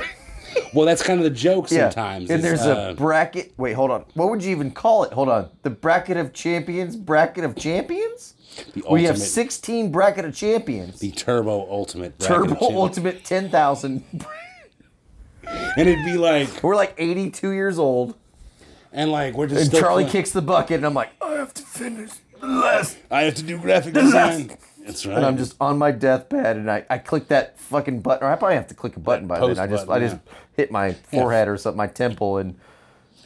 Speaker 5: Well, that's kind of the joke
Speaker 8: yeah,
Speaker 5: sometimes.
Speaker 8: and
Speaker 5: is,
Speaker 8: there's
Speaker 5: uh,
Speaker 8: a bracket. Wait, hold on. What would you even call it? Hold on. The bracket of champions. Bracket of champions.
Speaker 5: the
Speaker 8: We have
Speaker 5: ultimate-
Speaker 8: 16 bracket of champions.
Speaker 5: the Turbo Ultimate. bracket
Speaker 8: Turbo
Speaker 5: of champions.
Speaker 8: Ultimate 10,000.
Speaker 5: And it'd be like,
Speaker 8: We're like 82 years old,
Speaker 5: and like we're just
Speaker 8: and
Speaker 5: still
Speaker 8: Charlie
Speaker 5: playing.
Speaker 8: kicks the bucket, and I'm like, I have to finish last.
Speaker 5: I have to do graphic design. That's right.
Speaker 8: and I'm just on my deathbed, and I, I click that fucking button, or I probably have to click a button by then.
Speaker 5: post
Speaker 8: I just
Speaker 5: button,
Speaker 8: I just hit my forehead or something, my temple, and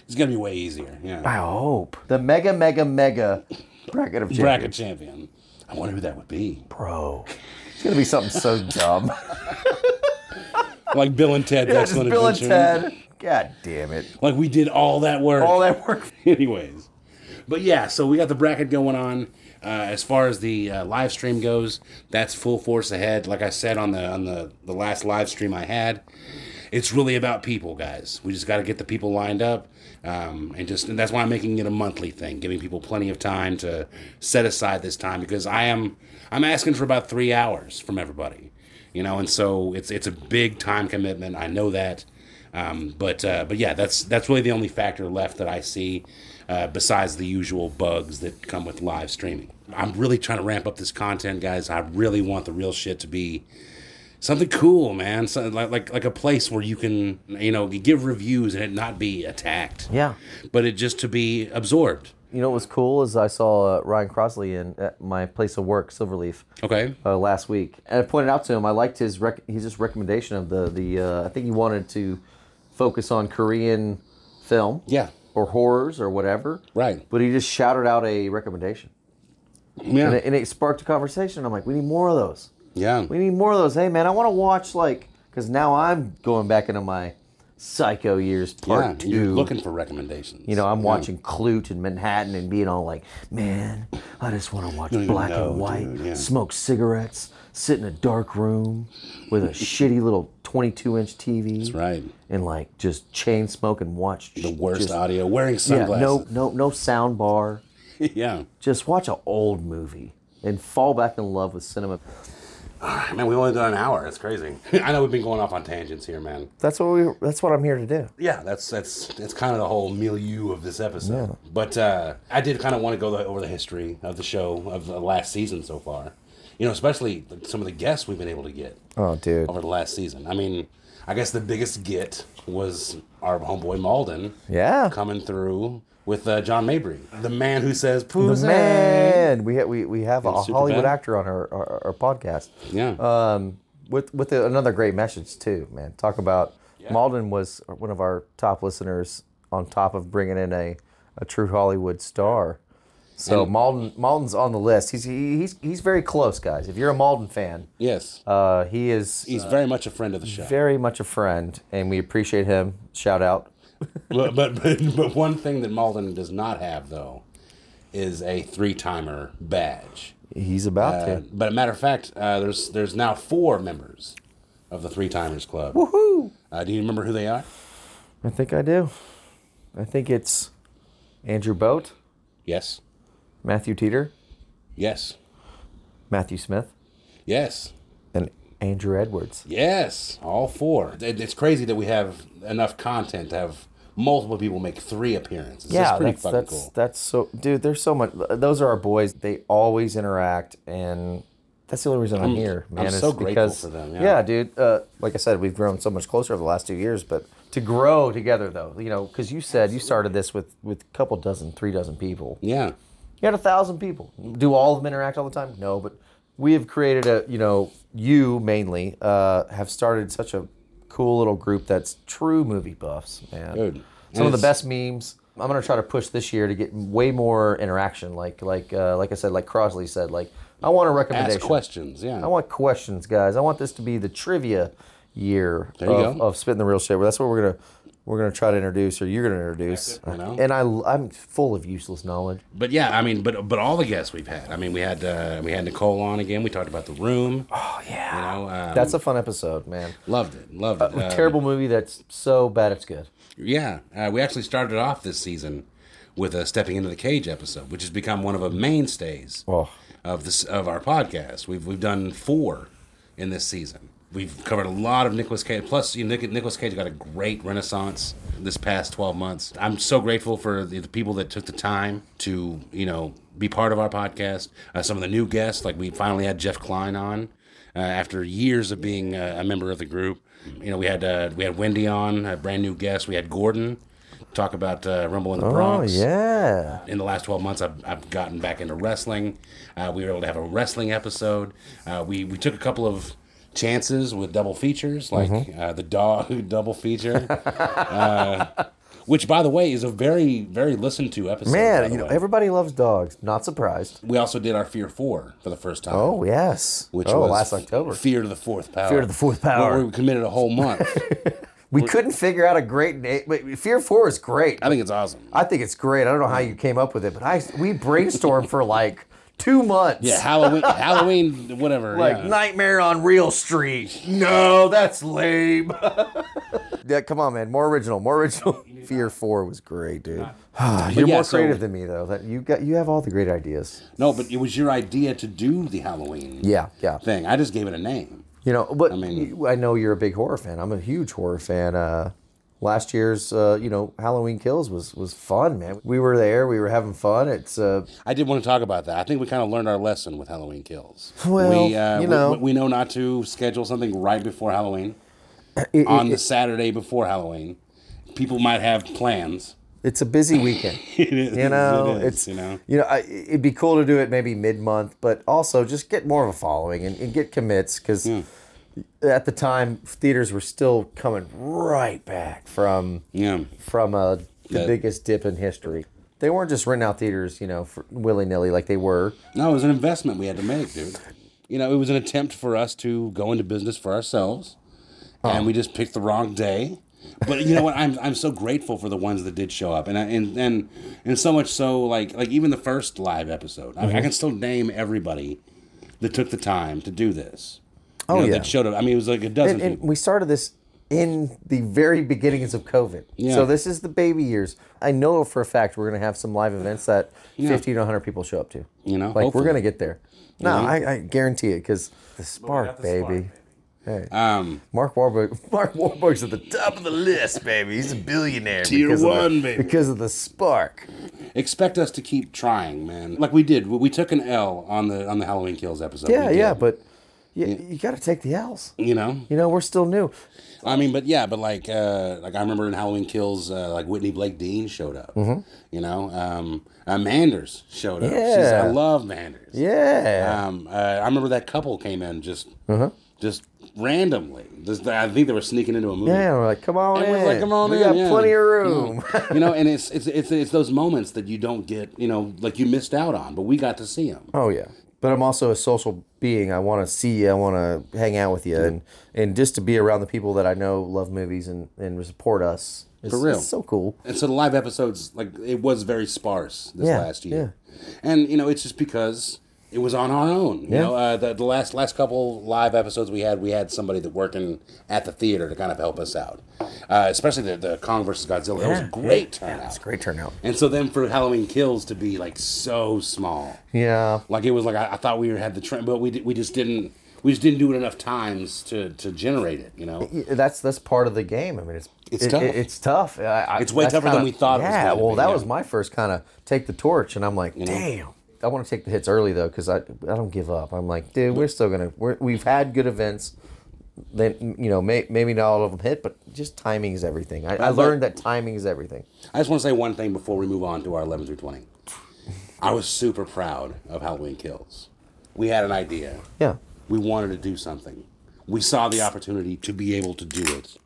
Speaker 5: It's gonna be way easier.
Speaker 8: I
Speaker 5: Yeah.
Speaker 8: hope the mega mega mega bracket of champions,
Speaker 5: Bracket champion. I wonder who that would be.
Speaker 8: bro. It's gonna be something so dumb.
Speaker 5: Like Bill and Ted's
Speaker 8: yeah, just
Speaker 5: Excellent
Speaker 8: Bill and
Speaker 5: Adventure.
Speaker 8: Ted. God damn it!
Speaker 5: Like we did all that work.
Speaker 8: All that work.
Speaker 5: Anyways, but yeah, so we got the bracket going on. Uh, as far as the uh, live stream goes, that's full force ahead. Like I said on the on the the last live stream I had, it's really about people, guys. We just got to get the people lined up, um, and just and that's why I'm making it a monthly thing, giving people plenty of time to set aside this time because I am I'm asking for about three hours from everybody, you know, and so it's it's a big time commitment. I know that. Um, but uh, but yeah, that's that's really the only factor left that I see, uh, besides the usual bugs that come with live streaming. I'm really trying to ramp up this content, guys. I really want the real shit to be something cool, man. So, like, like like a place where you can you know give reviews and it not be attacked.
Speaker 8: Yeah.
Speaker 5: But it just to be absorbed.
Speaker 8: You know what was cool is I saw uh, Ryan Crossley in at my place of work, Silverleaf.
Speaker 5: Okay.
Speaker 8: uh, last week, and I pointed out to him I liked his rec- his just recommendation of the the uh, I think he wanted to focus on Korean film,
Speaker 5: Yeah.
Speaker 8: or horrors or whatever,
Speaker 5: Right.
Speaker 8: But he just shouted out a recommendation,
Speaker 5: Yeah.
Speaker 8: and, it, and it sparked a conversation. I'm like, we need more of those.
Speaker 5: yeah.
Speaker 8: We need more of those. Hey man, I want to watch like because now I'm going back into my psycho years part
Speaker 5: Yeah,
Speaker 8: 2
Speaker 5: You're looking for recommendations.
Speaker 8: you know, I'm
Speaker 5: Yeah.
Speaker 8: watching Clute and Manhattan and being all like, man, I just want to watch
Speaker 5: even
Speaker 8: black
Speaker 5: know,
Speaker 8: and white,
Speaker 5: dude, yeah.
Speaker 8: smoke cigarettes, sit in a dark room with a shitty little 22 inch TV. That's
Speaker 5: right.
Speaker 8: And like just chain smoke and watch
Speaker 5: the worst
Speaker 8: just,
Speaker 5: audio, wearing
Speaker 8: Yeah,
Speaker 5: sunglasses.
Speaker 8: no, no, no sound bar.
Speaker 5: yeah.
Speaker 8: Just watch an old movie and fall back in love with cinema.
Speaker 5: Man, we've only done an hour. It's crazy. I know we've been going off on tangents here, man.
Speaker 8: That's what we. That's what I'm here to do.
Speaker 5: Yeah, that's that's that's kind of the whole milieu of this episode. But uh, I did kind of want to go the, over the history of the show of the last season so far. You know, especially like, some of the guests we've been able to get
Speaker 8: Oh, dude.
Speaker 5: over the last season. I mean, I guess the biggest get was our homeboy Malden
Speaker 8: Yeah.
Speaker 5: coming through with uh, John Mabry, the man who says "Pooh
Speaker 8: Man, we ha- we we have a
Speaker 5: Superbad.
Speaker 8: Hollywood actor on our our, our podcast.
Speaker 5: Yeah.
Speaker 8: Um, with with a, another great message too, man. Talk about Malden was one of our top listeners on top of bringing in a, a true Hollywood star. So Malden, Malden's on the list. He's he, he's he's very close, guys. If you're a Malden fan,
Speaker 5: Yes.
Speaker 8: uh, he is.
Speaker 5: He's
Speaker 8: uh,
Speaker 5: very much a friend of the show.
Speaker 8: very much a friend, and we appreciate him. Shout out.
Speaker 5: but, but, but but one thing that Malden does not have though is a three timer badge.
Speaker 8: He's about
Speaker 5: Uh,
Speaker 8: to.
Speaker 5: but a matter of fact, uh, there's there's now four members of the Three Timers Club. Woohoo! Uh, do you remember who they are?
Speaker 8: I think I do. I think it's Andrew Boat,
Speaker 5: Yes.
Speaker 8: Matthew Teeter,
Speaker 5: Yes.
Speaker 8: Matthew Smith,
Speaker 5: Yes.
Speaker 8: and Andrew Edwards.
Speaker 5: Yes. All four. It, it's crazy that we have enough content to have multiple people make three appearances.
Speaker 8: yeah,
Speaker 5: that's pretty
Speaker 8: that's
Speaker 5: fucking
Speaker 8: that's,
Speaker 5: cool.
Speaker 8: that's so, dude. There's so much. Those are our boys. They always interact, and that's the only reason I'm,
Speaker 5: I'm-
Speaker 8: here,
Speaker 5: Mm. I'm
Speaker 8: man. is
Speaker 5: so grateful
Speaker 8: because,
Speaker 5: for them, yeah.
Speaker 8: dude. Uh, like I said, we've grown so much closer over the last two years, but to grow together, though, you know, because you said you started this with with a couple dozen, three dozen people.
Speaker 5: Yeah.
Speaker 8: You had a thousand people. Do all of them interact all the time? No, but we have created a, you know, you mainly uh, have started such a cool little group that's true movie buffs, man.
Speaker 5: Dude.
Speaker 8: Some of the
Speaker 5: It's-
Speaker 8: best memes. I'm gonna try to push this year to get way more interaction. Like, like, uh, like I said, like Crosley said, like I want a recommendation.
Speaker 5: Ask questions. Yeah.
Speaker 8: I want questions, guys. I want this to be the trivia year
Speaker 5: There you
Speaker 8: of,
Speaker 5: go.
Speaker 8: of spitting the real shit. That's what we're gonna we're gonna try to introduce, or you're gonna introduce.
Speaker 5: I know.
Speaker 8: And I, I'm full of useless knowledge.
Speaker 5: But yeah, I mean, but but all the guests we've had. I mean, we had uh, we had Nicole on again. We talked about the room. Oh yeah, you know, um,
Speaker 8: That's a fun episode, man.
Speaker 5: loved it, loved it. Um,
Speaker 8: Terrible movie that's so bad it's good.
Speaker 5: Yeah, uh, we actually started off this season with a stepping into the cage episode, which has become one of the mainstays
Speaker 8: Oh.
Speaker 5: of this of our podcast. We've we've done four in this season. We've covered a lot of Nicolas Cage. Plus, you know, Nicolas Cage got a great renaissance this past twelve months. I'm so grateful for the, the people that took the time to you know be part of our podcast. Uh, some of the new guests, like we finally had Jeff Klein on. Uh, after years of being uh, a member of the group, you know we had uh, we had Wendy on, a brand new guest. We had Gordon talk about uh, Rumble in the Bronx
Speaker 8: Oh yeah.
Speaker 5: in the last 12 months I've, I've gotten back into wrestling uh, we were able to have a wrestling episode uh, we, we took a couple of chances with double features like
Speaker 8: Mm-hmm.
Speaker 5: uh, the dog double feature uh, which by the way is a very very listened to episode by
Speaker 8: Man,
Speaker 5: the
Speaker 8: you know
Speaker 5: way.
Speaker 8: everybody loves dogs. Not surprised.
Speaker 5: we also did our fear 4 for the first time
Speaker 8: Oh yes.
Speaker 5: which
Speaker 8: oh,
Speaker 5: was
Speaker 8: last October.
Speaker 5: fear to the fourth power
Speaker 8: Fear to the Fourth Power.
Speaker 5: where we committed a whole month
Speaker 8: we couldn't figure out a great name. But Fear Four is great.
Speaker 5: i think it's awesome
Speaker 8: I think it's great. I don't know how you came up with it, but I we brainstormed for like two months.
Speaker 5: yeah halloween halloween whatever
Speaker 8: Like
Speaker 5: yeah.
Speaker 8: Nightmare on Real Street. No, that's lame. yeah, come on, man. More original. More original. Fear Four was great, dude. You're
Speaker 5: yeah,
Speaker 8: more
Speaker 5: so-
Speaker 8: creative than me, though. That you got. You have all the great ideas.
Speaker 5: no but it was your idea to do the halloween
Speaker 8: Yeah, yeah.
Speaker 5: thing i just gave it a name
Speaker 8: You know, but I,
Speaker 5: mean-
Speaker 8: I know you're a big horror fan. I'm a huge horror fan. Uh, last year's, uh, you know, Halloween Kills was was fun, man. We were there. We were having fun. It's uh,
Speaker 5: I did want to talk about that. I think we kind of learned our lesson with Halloween Kills.
Speaker 8: Well,
Speaker 5: we, uh,
Speaker 8: you
Speaker 5: we-
Speaker 8: know.
Speaker 5: we, know not to schedule something right before Halloween
Speaker 8: it-
Speaker 5: on
Speaker 8: it-
Speaker 5: the Saturday before Halloween. People might have plans.
Speaker 8: it's a busy weekend.
Speaker 5: It is,
Speaker 8: You know,
Speaker 5: it is,
Speaker 8: it's
Speaker 5: you know.
Speaker 8: I, it'd be cool to do it maybe mid month, but also just get more of a following and, and get commits because at the time theaters were still coming right back from
Speaker 5: Yeah,
Speaker 8: from uh, the
Speaker 5: Yeah.
Speaker 8: biggest dip in history. They weren't just renting out theaters, you know, willy nilly like they were.
Speaker 5: no, it was an investment we had to make, dude. You know, it was an attempt for us to go into business for ourselves, and we just picked the wrong day. But you know what? I'm I'm so grateful for the ones that did show up, and I, and and and so much so like like even the first live episode,
Speaker 8: Mm-hmm.
Speaker 5: I, I can still name everybody that took the time to do this.
Speaker 8: Oh,
Speaker 5: you know,
Speaker 8: yeah.
Speaker 5: that showed up. I mean, it was like a dozen
Speaker 8: and, and
Speaker 5: people.
Speaker 8: we started this in the very beginnings of COVID.
Speaker 5: Yeah.
Speaker 8: So this is the baby years. I know for a fact we're going to have some live events that 50 to 100 people show up to.
Speaker 5: You know,
Speaker 8: like
Speaker 5: hopefully.
Speaker 8: we're going to get there. No, I, I guarantee it because the spark, baby. Hey.
Speaker 5: Um,
Speaker 8: Mark Wahlberg. Mark Wahlberg's at the top of the list, baby. He's a billionaire.
Speaker 5: Tier
Speaker 8: because of the-
Speaker 5: one, baby.
Speaker 8: Because of the spark.
Speaker 5: expect us to keep trying, man. Like we did. We, we took an L on the on the Halloween Kills episode.
Speaker 8: Yeah,
Speaker 5: We
Speaker 8: yeah,
Speaker 5: did.
Speaker 8: but you, you got to take the L's.
Speaker 5: you know,
Speaker 8: You know, we're still new.
Speaker 5: I mean, but yeah, but like, uh, like I remember in Halloween Kills, uh, like Whitney Blake Dean showed up.
Speaker 8: Mm-hmm.
Speaker 5: You know, um, uh, Manders showed up. She's, I
Speaker 8: Yeah.
Speaker 5: love Manders.
Speaker 8: Yeah. Mm-hmm.
Speaker 5: Um, uh, I remember that couple came in just just randomly. Just, I think they were sneaking into a movie.
Speaker 8: Yeah, we're like, come on
Speaker 5: And we're
Speaker 8: in.
Speaker 5: like, come on
Speaker 8: we
Speaker 5: in,
Speaker 8: got
Speaker 5: yeah.
Speaker 8: plenty of room.
Speaker 5: you know, and it's, it's it's it's those moments that you don't get, you know, like you missed out on, but we got to see them.
Speaker 8: Oh yeah, but I'm also a social being. I want to see you. I want to hang out with you, and and just to be around the people that I know love movies and and support us. It's,
Speaker 5: For real.
Speaker 8: it's so cool.
Speaker 5: And so the live episodes, like it was very sparse this
Speaker 8: Yeah,
Speaker 5: last year, and you know it's just because it was on our own. You
Speaker 8: Yeah.
Speaker 5: know, uh, the, the last last couple live episodes we had, we had somebody that working at the theater to kind of help us out, uh, especially the, the Kong versus Godzilla. That was a great turnout.
Speaker 8: It's great turnout.
Speaker 5: And so then for Halloween Kills to be like so small,
Speaker 8: Yeah,
Speaker 5: like it was like I, I thought we were, had the trend, but we di- we just didn't we just didn't do it enough times to to generate it. You know,
Speaker 8: Yeah, that's that's part of the game. I mean, it's
Speaker 5: It's
Speaker 8: it-
Speaker 5: tough.
Speaker 8: it- it's tough. I- I-
Speaker 5: It's way
Speaker 8: that's
Speaker 5: tougher than
Speaker 8: kinda-
Speaker 5: we thought it was
Speaker 8: Yeah.
Speaker 5: going to
Speaker 8: well,
Speaker 5: be,
Speaker 8: that
Speaker 5: yeah.
Speaker 8: was my first kind of take the torch, and I'm like,
Speaker 5: know?
Speaker 8: damn. I want to take the hits early though, because I I don't give up. I'm like, dude, we're still gonna we're, we've had good events. Then you know, may, maybe not all of them hit, but just timing is everything. I, I
Speaker 5: But-
Speaker 8: learned that timing is everything.
Speaker 5: I just want to say one thing before we move on to our 11 through 20. I was super proud of Halloween Kills. We had an idea.
Speaker 8: Yeah.
Speaker 5: We wanted to do something. We saw the opportunity to be able to do it.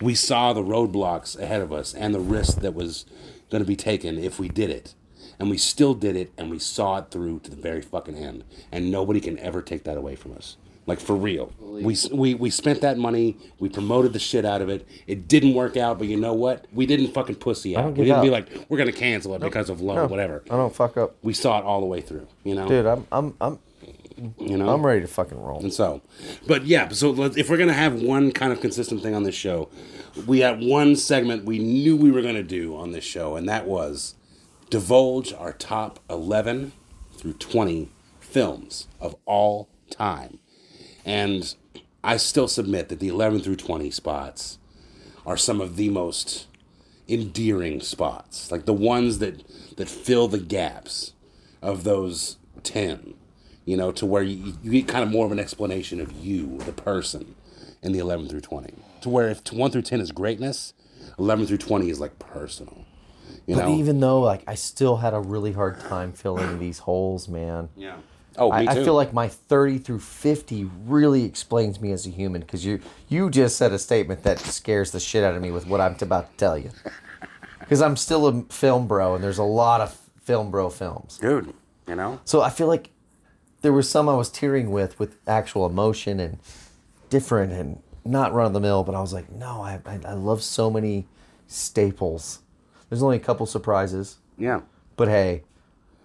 Speaker 5: We saw the roadblocks ahead of us and the risk that was going to be taken if we did it. And we still did it and we saw it through to the very fucking end. And nobody can ever take that away from us. Like for real. We, we, we spent that money. We promoted the shit out of it. It didn't work out, but you know what? We didn't fucking pussy out.
Speaker 8: don't
Speaker 5: We
Speaker 8: give
Speaker 5: didn't be
Speaker 8: up.
Speaker 5: like, we're going to cancel it because of love,
Speaker 8: No,
Speaker 5: whatever.
Speaker 8: I don't fuck up,
Speaker 5: We saw it all the way through, you know?
Speaker 8: dude. I'm I'm I'm
Speaker 5: you know?
Speaker 8: I'm ready to fucking roll.
Speaker 5: And so, but yeah, so let if we're going to have one kind of consistent thing on this show, we had one segment we knew we were going to do on this show, and that was divulge our top 11 through 20 films of all time. And I still submit that the 11 through 20 spots are some of the most endearing spots, like the ones that, that fill the gaps of those 10 you know, to where you, you get kind of more of an explanation of you, the person, in the 11 through 20. To where if 1 through 10 is greatness, 11 through 20 is like personal. You
Speaker 8: But
Speaker 5: know?
Speaker 8: even though like I still had a really hard time filling these holes, man.
Speaker 5: yeah. Oh,
Speaker 8: I,
Speaker 5: me too.
Speaker 8: I feel like my 30 through 50 really explains me as a human because you you just said a statement that scares the shit out of me with what I'm t- about to tell you. Because I'm still a film bro, and there's a lot of film bro films.
Speaker 5: Dude, you know?
Speaker 8: So I feel like there were some I was tearing with with actual emotion and different and not run of the mill, but I was like, no, I, I, I love so many staples. There's only a couple surprises,
Speaker 5: Yeah.
Speaker 8: but hey,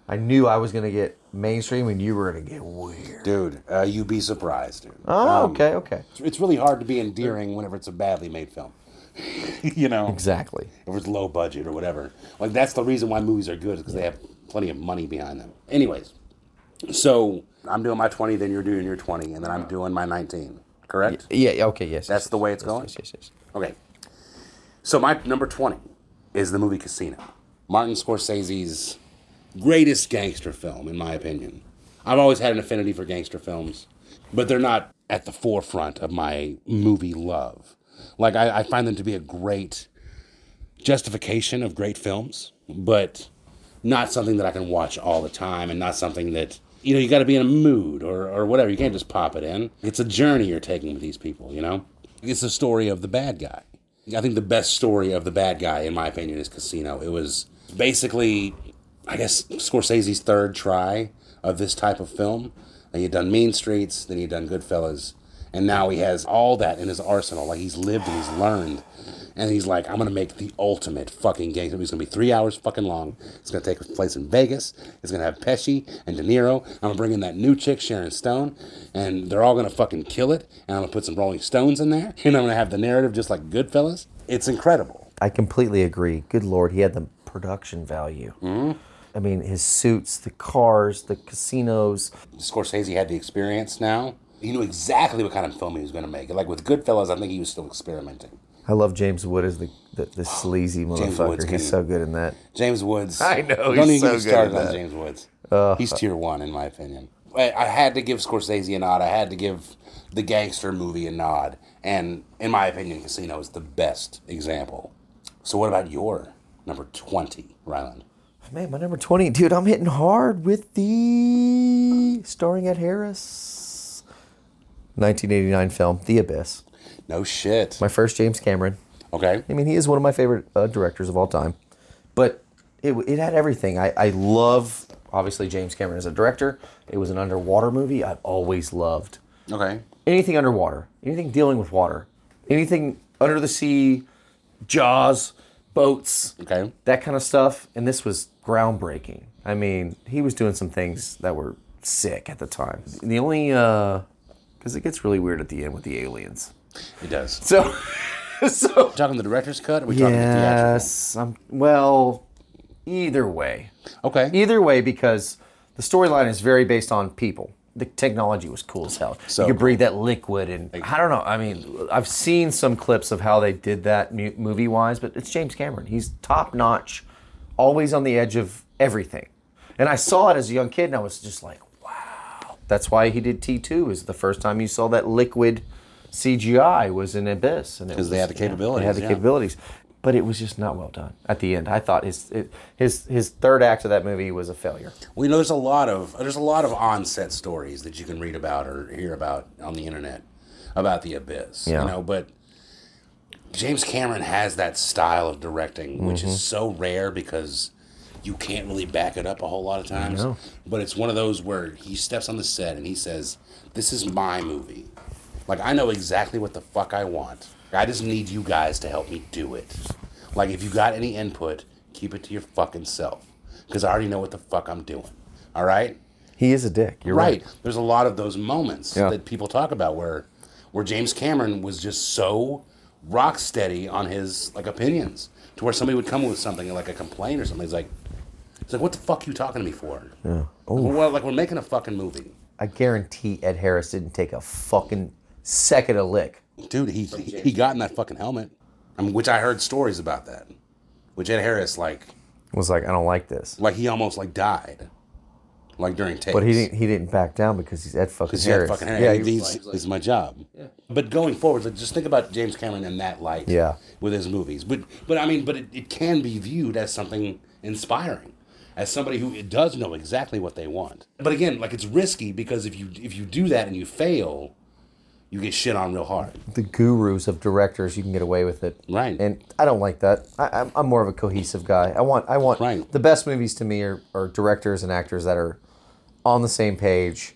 Speaker 8: I knew I was going to get mainstream and you were going to get weird.
Speaker 5: Dude, uh, you'd be surprised, dude.
Speaker 8: Oh,
Speaker 5: Um,
Speaker 8: okay, okay.
Speaker 5: It's really hard to be endearing whenever it's a badly made film. you know?
Speaker 8: Exactly.
Speaker 5: If it's low budget or whatever. Like, that's the reason why movies are good, because they have plenty of money behind them. Anyways, so I'm doing my 20, then you're doing your 20, and then I'm doing my 19, correct?
Speaker 8: Yeah, okay, yes.
Speaker 5: That's
Speaker 8: yes,
Speaker 5: the way it's
Speaker 8: yes,
Speaker 5: going?
Speaker 8: Yes, yes, yes.
Speaker 5: Okay. So my number 20 is the movie Casino. Martin Scorsese's greatest gangster film, in my opinion. I've always had an affinity for gangster films, but they're not at the forefront of my movie love. Like, I, I find them to be a great justification of great films, but not something that I can watch all the time and not something that, you know, you got to be in a mood or, or whatever. You can't just pop it in. It's a journey you're taking with these people, you know? It's the story of the bad guy. I think the best story of the bad guy, in my opinion, is Casino. It was basically, I guess, Scorsese's third try of this type of film. And he had done Mean Streets, then he had done Goodfellas, and now he has all that in his arsenal. Like he's lived and he's learned. And he's like, I'm gonna make the ultimate fucking gangster movie. It's gonna be three hours fucking long. It's gonna take place in Vegas. It's gonna have Pesci and De Niro. I'm gonna bring in that new chick, Sharon Stone, and they're all gonna fucking kill it. And I'm gonna put some Rolling Stones in there. And I'm gonna have the narrative just like Goodfellas. It's incredible.
Speaker 8: I completely agree. Good lord, he had the production value.
Speaker 5: Mm-hmm.
Speaker 8: I mean, his suits, the cars, the casinos.
Speaker 5: Scorsese had the experience now. He knew exactly what kind of film he was gonna make. Like with Goodfellas, I think he was still experimenting.
Speaker 8: I love James Wood as the the, the sleazy
Speaker 5: James
Speaker 8: motherfucker.
Speaker 5: Woods
Speaker 8: He's
Speaker 5: can-
Speaker 8: so good in that.
Speaker 5: James Woods.
Speaker 8: I know,
Speaker 5: Don't even
Speaker 8: he's so
Speaker 5: get me
Speaker 8: good
Speaker 5: started
Speaker 8: at
Speaker 5: on
Speaker 8: that.
Speaker 5: James Woods. he's tier one in my opinion. I, I had to give Scorsese a nod. I had to give the gangster movie a nod. And in my opinion, Casino is the best example. So what about your number twenty, Ryland?
Speaker 8: Man, my number 20. Dude, I'm hitting hard with the starring at Harris. 1989 film, The Abyss.
Speaker 5: No shit.
Speaker 8: My first James Cameron.
Speaker 5: Okay.
Speaker 8: I mean, he is one of my favorite uh, directors of all time, but it, it had everything. I, I love, obviously, James Cameron as a director. It was an underwater movie I've always loved.
Speaker 5: Okay.
Speaker 8: Anything underwater, anything dealing with water, anything under the sea, jaws, boats,
Speaker 5: Okay.
Speaker 8: that kind of stuff. And this was groundbreaking. I mean, he was doing some things that were sick at the time. The only, because it gets really weird at the end with the aliens.
Speaker 5: It does.
Speaker 8: So, so
Speaker 5: We're talking the director's cut. Or are we talking
Speaker 8: Yes. I'm, well, either way.
Speaker 5: the theatrical? Okay.
Speaker 8: Either way, because the storyline is very based on people. The technology was cool as hell.
Speaker 5: So
Speaker 8: you could breathe that liquid, and I don't know. I mean, I've seen some clips of how they did that movie wise, but it's James Cameron. He's top notch, always on the edge of everything. And I saw it as a young kid, and I was just like, wow. That's why he did T2. Is the first time you saw that liquid CGI was in Abyss, and it
Speaker 5: 'Cause they
Speaker 8: was-
Speaker 5: had the capabilities,
Speaker 8: they had the
Speaker 5: yeah.
Speaker 8: capabilities, but it was just not well done at the end. I thought his it, his his third act of that movie was a failure.
Speaker 5: We know there's a lot of there's a lot of onset stories that you can read about or hear about on the internet about the abyss.
Speaker 8: Yeah.
Speaker 5: You know, but James Cameron has that style of directing, which is so rare because you can't really back it up a whole lot of times.
Speaker 8: know.
Speaker 5: But it's one of those where he steps on the set and he says, "This is my movie. Like I know exactly what the fuck I want. I just need you guys to help me do it. Like if you got any input, keep it to your fucking self because I already know what the fuck I'm doing. All right."
Speaker 8: He is a dick. You're
Speaker 5: right.
Speaker 8: right.
Speaker 5: There's a lot of those moments
Speaker 8: Yeah.
Speaker 5: that people talk about where where James Cameron was just so rock steady on his like opinions to where somebody would come with something like a complaint or something. He's like, it's like, what the fuck you talking to me for? Yeah. Well, like we're making a fucking movie,
Speaker 8: I guarantee Ed Harris didn't take a fucking second of lick.
Speaker 5: dude. He he he got in that fucking helmet, I mean, which I heard stories about that, which Ed Harris like
Speaker 8: Was like, I don't like this.
Speaker 5: like he almost like died, like during takes.
Speaker 8: But he didn't. He didn't back down because he's Ed fucking
Speaker 5: Because
Speaker 8: Harris.
Speaker 5: fucking hair.
Speaker 8: Yeah,
Speaker 5: Yeah,
Speaker 8: he-
Speaker 5: this is my job. But going forward, like, just think about James Cameron in that light.
Speaker 8: Yeah.
Speaker 5: With his movies, but but I mean, but it, it can be viewed as something inspiring, as somebody who does know exactly what they want. But again, like it's risky because if you if you do that and you fail, you get shit on real hard.
Speaker 8: the gurus of directors, you can get away with it.
Speaker 5: Right.
Speaker 8: And I don't like that. I, I'm, I'm more of a cohesive guy. I want I want
Speaker 5: Right.
Speaker 8: the best movies to me are, are directors and actors that are on the same page,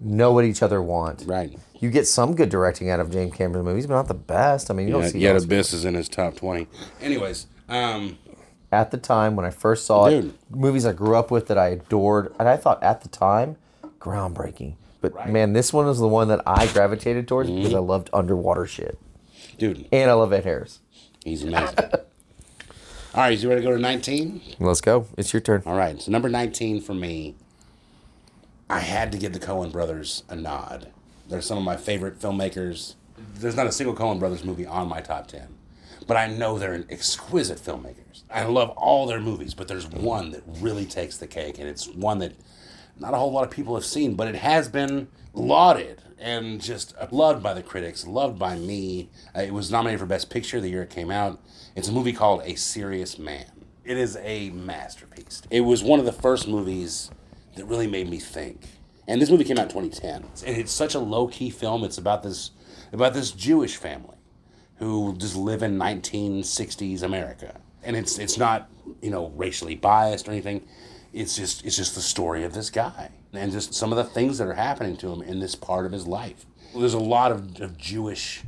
Speaker 8: know what each other want.
Speaker 5: Right.
Speaker 8: You get some good directing out of James Cameron movies, but not the best. I mean, you don't see those.
Speaker 5: Abyss is in his top twenty. Anyways, um,
Speaker 8: at the time when I first saw it,
Speaker 5: Dude.
Speaker 8: movies I grew up with that I adored, and I thought at the time, groundbreaking. But man, this one was the one that I gravitated towards because
Speaker 5: Mm-hmm.
Speaker 8: I loved underwater shit,
Speaker 5: dude,
Speaker 8: and I love Ed Harris.
Speaker 5: he's amazing. All right, you ready to go to nineteen?
Speaker 8: Let's go. It's your turn.
Speaker 5: All right. So number 19 for me, I had to give the Coen brothers a nod. They're some of my favorite filmmakers. There's not a single Coen brothers movie on my top 10, but I know they're exquisite filmmakers. I love all their movies, but there's one that really takes the cake, and it's one that not a whole lot of people have seen, but it has been lauded and just loved by the critics, loved by me. Uh, It was nominated for Best Picture the year it came out. It's a movie called A Serious Man. It is a masterpiece. It was one of the first movies that really made me think. And this movie came out in 2010. And it's such a low key film. It's about this about this Jewish family who just live in 1960s America. And it's it's not, you know, racially biased or anything. It's just it's just the story of this guy and just some of the things that are happening to him in this part of his life. There's a lot of, of Jewish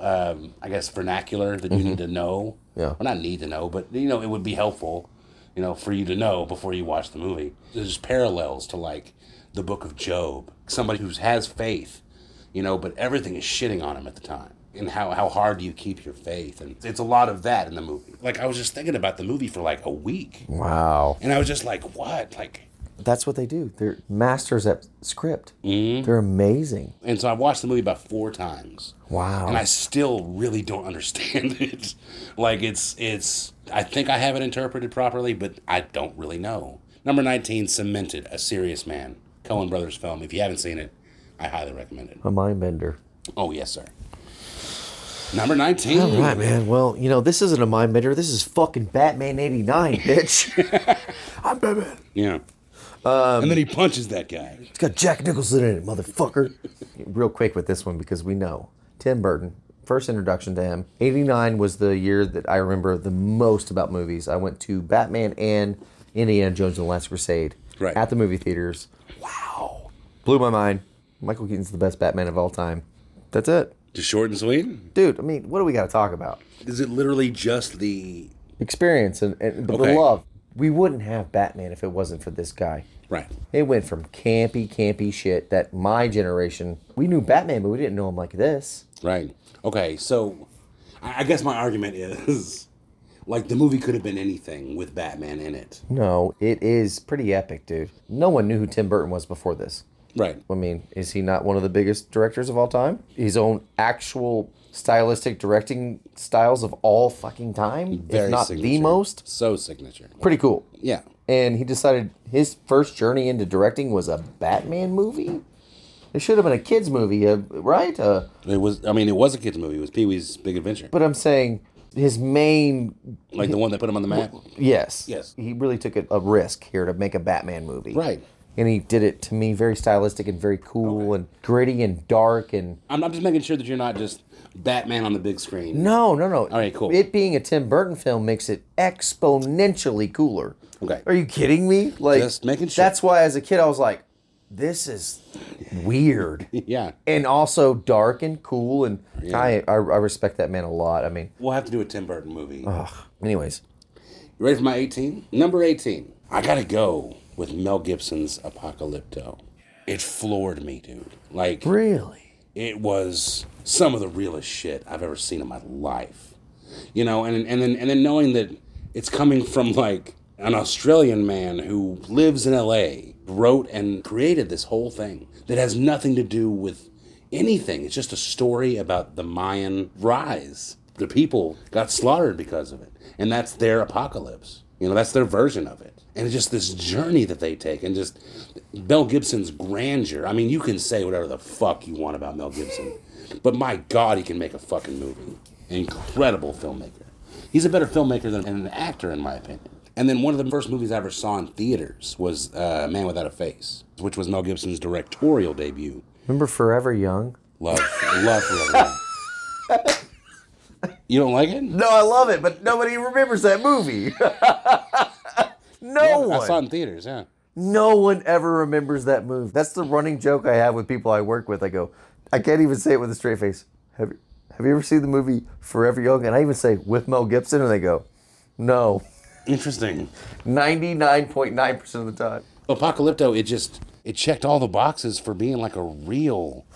Speaker 5: um, I guess vernacular that you need to know.
Speaker 8: Yeah.
Speaker 5: Well, not need to know, but you know, it would be helpful, you know, for you to know before you watch the movie. There's parallels to like the book of Job, somebody who has faith, you know, but everything is shitting on him at the time. And how, how hard do you keep your faith? And it's a lot of that in the movie. Like, I was just thinking about the movie for like a week.
Speaker 8: Wow.
Speaker 5: And I was just like, what? Like,
Speaker 8: That's what they do. They're masters at script. They're amazing.
Speaker 5: and so I watched the movie about four times.
Speaker 8: Wow.
Speaker 5: and I still really don't understand it. like it's it's I think I have it interpreted properly, but I don't really know. Number nineteen, Cemented, a serious man, Cohen Brothers film. If you haven't seen it, I highly recommend it.
Speaker 8: a mind bender.
Speaker 5: Oh yes, sir. Number nineteen.
Speaker 8: All right, man. Well, you know, this isn't a mind bender. This is fucking Batman 89, bitch. I'm Batman.
Speaker 5: Um, Yeah. and then he punches that guy.
Speaker 8: It's got Jack Nicholson in it, motherfucker. real quick with this one because we know Tim Burton. First introduction to him. '89 was the year that I remember the most about movies. I went to Batman and Indiana Jones and the Last Crusade
Speaker 5: Right.
Speaker 8: at the movie theaters. Wow, blew my mind. Michael Keaton's the best Batman of all time. That's it,
Speaker 5: Just short and sweet.
Speaker 8: dude. I mean, what do we got to talk about?
Speaker 5: Is it literally just the
Speaker 8: Experience and, and but
Speaker 5: Okay.
Speaker 8: the love. We wouldn't have Batman if it wasn't for this guy.
Speaker 5: right?
Speaker 8: It went from campy, campy shit that my generation we knew Batman, but we didn't know him like this.
Speaker 5: Right. Okay, so I I guess my argument is like the movie could have been anything with Batman in it.
Speaker 8: No, it is pretty epic, dude. No one knew who Tim Burton was before this.
Speaker 5: Right.
Speaker 8: I mean, is he not one of the biggest directors of all time? His own actual stylistic directing styles of all fucking time, if not the
Speaker 5: signature.
Speaker 8: most.
Speaker 5: So signature.
Speaker 8: Pretty cool.
Speaker 5: Yeah.
Speaker 8: And he decided his first journey into directing was a Batman movie. It should have been a kids movie, uh, right? Uh,
Speaker 5: It was I mean it was a kids movie. It was Pee-wee's Big Adventure.
Speaker 8: but I'm saying his main
Speaker 5: Like the one that put him on the map.
Speaker 8: Yes.
Speaker 5: Yes.
Speaker 8: He really took a, a risk here to make a Batman movie.
Speaker 5: Right.
Speaker 8: And he did it to me very stylistic and very cool and gritty and dark and
Speaker 5: I'm, I'm just making sure that you're not just Batman on the big screen.
Speaker 8: no, no, no.
Speaker 5: All right, cool.
Speaker 8: It being a Tim Burton film makes it exponentially cooler.
Speaker 5: Okay.
Speaker 8: Are you kidding me? Like
Speaker 5: Just making sure.
Speaker 8: That's why as a kid I was like, this is weird.
Speaker 5: Yeah.
Speaker 8: and also dark and cool and I, I I respect that man a lot. I mean,
Speaker 5: We'll have to do a Tim Burton movie.
Speaker 8: Uh-huh. anyways.
Speaker 5: You ready for my 18? Number 18. I gotta go with Mel Gibson's Apocalypto. It floored me, dude. Like
Speaker 8: Really?
Speaker 5: it was some of the realest shit I've ever seen in my life. You know, and and then and then knowing that it's coming from like an Australian man who lives in LA, wrote and created this whole thing that has nothing to do with anything. It's just a story about the Mayan rise. The people got slaughtered because of it. And that's their apocalypse. You know, that's their version of it. And it's just this journey that they take and just Mel Gibson's grandeur. I mean, you can say whatever the fuck you want about Mel Gibson, but my God, he can make a fucking movie. Incredible filmmaker. He's a better filmmaker than an actor, in my opinion. And then one of the first movies I ever saw in theaters was uh, Man Without a Face, which was Mel Gibson's directorial debut.
Speaker 8: Remember Forever Young?
Speaker 5: Love, love, love. love. You don't like it?
Speaker 8: No, I love it, but nobody remembers that movie. no one.
Speaker 5: I saw it in theaters, yeah.
Speaker 8: No one ever remembers that move. That's the running joke I have with people I work with. I go, I can't even say it with a straight face. Have you, have you ever seen the movie Forever Young? And I even say with Mel Gibson, and they go, no,
Speaker 5: Interesting.
Speaker 8: 99.9% of the time.
Speaker 5: Apocalypto, it just it checked all the boxes for being like a real,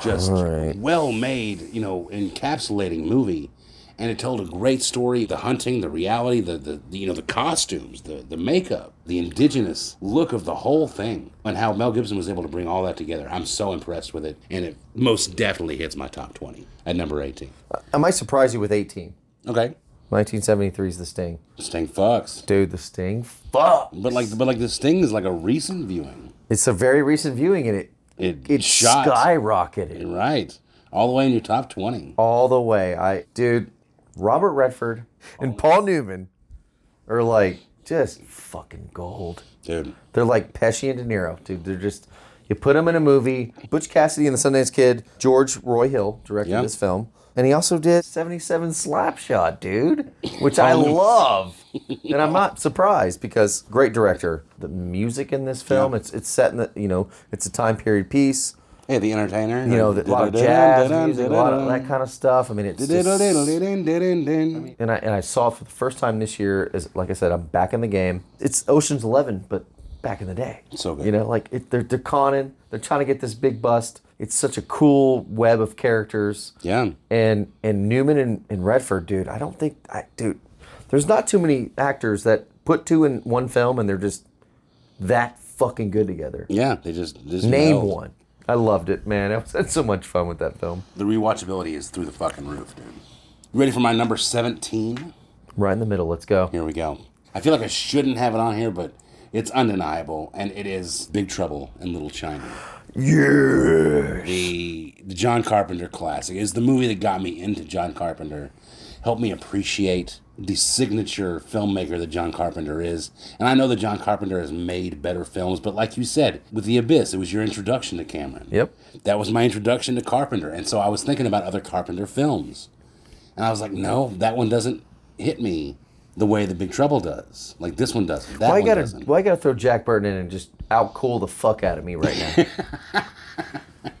Speaker 5: just well made, you know, encapsulating movie. And it told a great story, the hunting, the reality, the, the, the you know, the costumes, the, the makeup, the indigenous look of the whole thing, and how Mel Gibson was able to bring all that together. I'm so impressed with it, and it most definitely hits my top 20 at number 18.
Speaker 8: Am I surprised you with 18?
Speaker 5: Okay.
Speaker 8: 1973 is The Sting.
Speaker 5: Sting fucks.
Speaker 8: Dude, The Sting? Fuck.
Speaker 5: But like but like this thing is like a recent viewing.
Speaker 8: It's a very recent viewing, and it,
Speaker 5: It,
Speaker 8: it
Speaker 5: shot
Speaker 8: skyrocketed
Speaker 5: right. All the way in your top 20.
Speaker 8: all the way. I, dude, Robert Redford and Paul Newman are like just fucking gold.
Speaker 5: Dude.
Speaker 8: They're like Pesci and De Niro, dude. They're just you put them in a movie. Butch Cassidy and the Sundance Kid. George Roy Hill directed
Speaker 5: Yeah.
Speaker 8: this film, and he also did '77 Slapshot, dude, which I love, and I'm not surprised because great director. The music in this film, it's it's set in the you know it's a time period piece.
Speaker 5: Hey, the entertainer.
Speaker 8: You know, a lot of jazz music, a lot of that kind of stuff. I mean, it's just, and I and I saw it for the first time this year. Is like I said, I'm back in the game. It's Ocean's Eleven, but back in the day.
Speaker 5: So good.
Speaker 8: You know, like it, they're they're conning. They're trying to get this big bust. It's such a cool web of characters.
Speaker 5: Yeah.
Speaker 8: And and Newman and, and Redford, dude. I don't think I dude. There's not too many actors that put two in one film and they're just that fucking good together.
Speaker 5: Yeah, they just, just
Speaker 8: Name
Speaker 5: meld.
Speaker 8: one. I loved it, man. I was had so much fun with that film.
Speaker 5: The rewatchability is through the fucking roof, dude. You ready for my number 17?
Speaker 8: Right in the middle. Let's go.
Speaker 5: Here we go. I feel like I shouldn't have it on here, but it's undeniable, and it is Big Trouble in Little China.
Speaker 8: Yeah.
Speaker 5: the the John Carpenter classic. It's the movie that got me into John Carpenter, helped me appreciate the signature filmmaker that John Carpenter is. And I know that John Carpenter has made better films, but like you said, with The Abyss, it was your introduction to Cameron.
Speaker 8: Yep.
Speaker 5: That was my introduction to Carpenter. And so I was thinking about other Carpenter films. And I was like, no, that one doesn't hit me the way The Big Trouble does. Like this one doesn't. That
Speaker 8: why
Speaker 5: one
Speaker 8: gotta
Speaker 5: doesn't.
Speaker 8: why gotta throw Jack Burton in and just out cool the fuck out of me right now?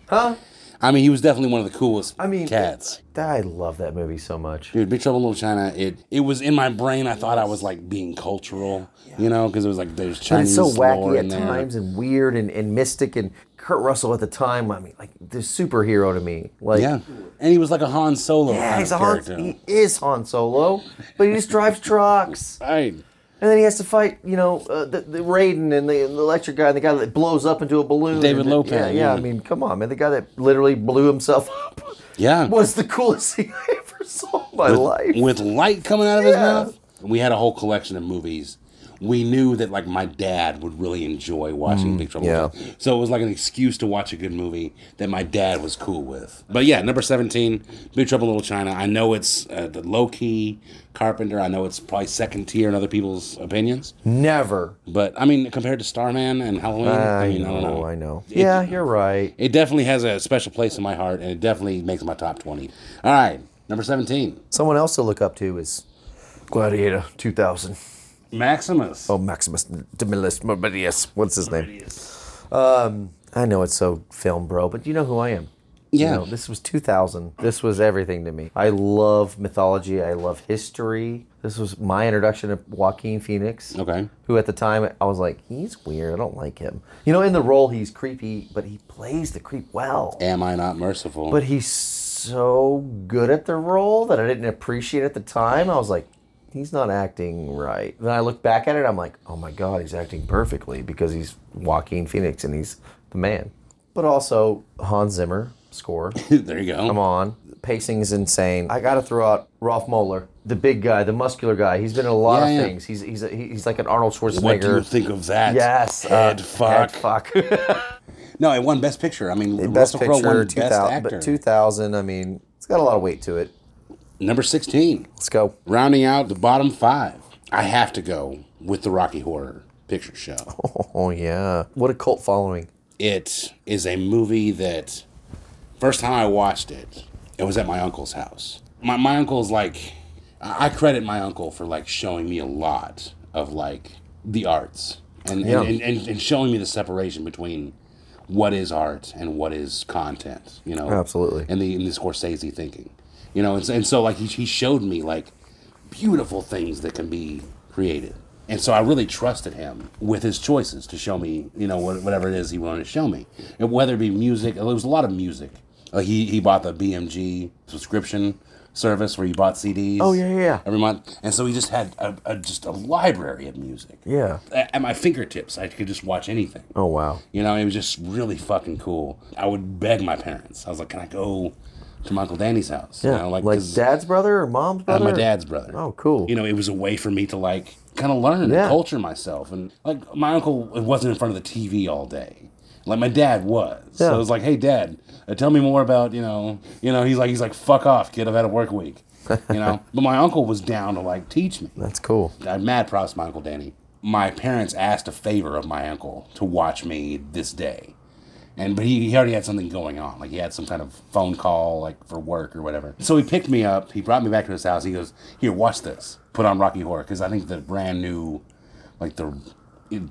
Speaker 8: huh?
Speaker 5: I mean, he was definitely one of the coolest
Speaker 8: I mean,
Speaker 5: cats.
Speaker 8: I love that movie so much.
Speaker 5: Dude, Big Trouble in Little China, it, it was in my brain. I thought I was like being cultural, you know, because it was like there's
Speaker 8: And
Speaker 5: Chinese
Speaker 8: it's so
Speaker 5: lore
Speaker 8: wacky
Speaker 5: in
Speaker 8: at
Speaker 5: there.
Speaker 8: times and weird and, and mystic and Kurt Russell at the time. I mean, like the superhero to me. Like
Speaker 5: yeah, and he was like a Han Solo.
Speaker 8: Yeah,
Speaker 5: kind
Speaker 8: he's a
Speaker 5: of
Speaker 8: Han,
Speaker 5: character.
Speaker 8: he is Han Solo, but he just drives trucks.
Speaker 5: Right.
Speaker 8: And then he has to fight, you know, uh, the, the Raiden and the, the electric guy and the guy that blows up into a balloon.
Speaker 5: David
Speaker 8: And the-
Speaker 5: Lopez,
Speaker 8: Yeah, yeah,
Speaker 5: yeah.
Speaker 8: I mean, come on, man. The guy that literally blew himself up
Speaker 5: Yeah,
Speaker 8: was the coolest thing I ever saw in my
Speaker 5: with,
Speaker 8: life.
Speaker 5: with light coming out of his
Speaker 8: Yeah.
Speaker 5: mouth. We had a whole collection of movies. We knew that like my dad would really enjoy watching Big Trouble. in Little
Speaker 8: Mm, yeah.
Speaker 5: China. So it was like an excuse to watch a good movie that my dad was cool with. But yeah, number seventeen, Big Trouble in Little China. I know it's uh, the low key Carpenter. I know it's probably second tier in other people's opinions.
Speaker 8: Never.
Speaker 5: But I mean, compared to Starman and Halloween, I,
Speaker 8: I
Speaker 5: mean, I don't
Speaker 8: know,
Speaker 5: know.
Speaker 8: I know. Yeah, you're right.
Speaker 5: It definitely has a special place in my heart, and it definitely makes my top 20. All right, number 17,
Speaker 8: Someone else to look up to is Gladiator 2000.
Speaker 5: Maximus.
Speaker 8: Oh, Maximus Demilus Meridius. What's his name? Um, I know it's so film bro, but you know who I am. You
Speaker 5: Yeah.
Speaker 8: know, this was 2000. This was everything to me. I love mythology. I love history. This was my introduction to Joaquin Phoenix.
Speaker 5: Okay.
Speaker 8: Who at the time I was like, he's weird. I don't like him. You know, in the role he's creepy, but he plays the creep well.
Speaker 5: Am I not merciful?
Speaker 8: But he's so good at the role that I didn't appreciate at the time. I was like, he's not acting right. Then I look back at it, I'm like, oh my God, he's acting perfectly because he's Joaquin Phoenix and he's the man. But also, Hans Zimmer score.
Speaker 5: there you go.
Speaker 8: Come on. Pacing's insane. I gotta throw out Rolf Moeller, the big guy, the muscular guy. He's been in a lot
Speaker 5: Yeah,
Speaker 8: of
Speaker 5: yeah.
Speaker 8: things. He's he's a, he's like an Arnold Schwarzenegger.
Speaker 5: What do you think of that?
Speaker 8: Yes, uh,
Speaker 5: Head fuck.
Speaker 8: head fuck.
Speaker 5: No, it won Best Picture. I mean,
Speaker 8: Best
Speaker 5: Russell Crowe
Speaker 8: picture,
Speaker 5: won
Speaker 8: two
Speaker 5: Best
Speaker 8: thousand.
Speaker 5: Actor.
Speaker 8: But two thousand, I mean, it's got a lot of weight to it.
Speaker 5: Number 16,
Speaker 8: Let's go.
Speaker 5: rounding out the bottom five. I have to go with the Rocky Horror Picture Show.
Speaker 8: Oh yeah, what a cult following.
Speaker 5: It is a movie that first time I watched it, it was at my uncle's house. My my uncle's like I I credit my uncle for like showing me a lot of like the arts and
Speaker 8: Yeah.
Speaker 5: and, and, and showing me the separation between what is art and what is content, you know.
Speaker 8: Absolutely.
Speaker 5: And the and the Scorsese thinking. You know, and, so- and so like he, he showed me like beautiful things that can be created. And so I really trusted him with his choices to show me, you know, what- whatever it is he wanted to show me. And whether it be music, there was a lot of music. Uh, he, he bought the BMG subscription service where you bought CDs.
Speaker 8: Oh, yeah, yeah, yeah.
Speaker 5: Every month. And so he just had a, a, just a library of music.
Speaker 8: Yeah.
Speaker 5: At at my fingertips, I could just watch anything.
Speaker 8: Oh wow.
Speaker 5: You know, it was just really fucking cool. I would beg my parents. I was like, can I go to my Uncle Danny's house? You
Speaker 8: Yeah,
Speaker 5: know,
Speaker 8: like,
Speaker 5: 'cause-
Speaker 8: dad's brother or mom's
Speaker 5: uh,
Speaker 8: brother.
Speaker 5: my dad's brother.
Speaker 8: Oh, cool.
Speaker 5: You know, it was a way for me to like kind of learn
Speaker 8: Yeah.
Speaker 5: and culture myself. And like my uncle wasn't in front of the TV all day. Like my dad was. So
Speaker 8: Yeah.
Speaker 5: it was like, hey dad, uh, tell me more about, you know, you know, he's like he's like, fuck off, kid, I've had a work week. You know? but my uncle was down to like teach me.
Speaker 8: That's cool.
Speaker 5: I'm mad props to my Uncle Danny. My parents asked a favor of my uncle to watch me this day. And but he, he already had something going on. Like he had some kind of phone call, like for work or whatever. So he picked me up, he brought me back to his house, he goes, Here, watch this. Put on Rocky Horror, because I think the brand new like the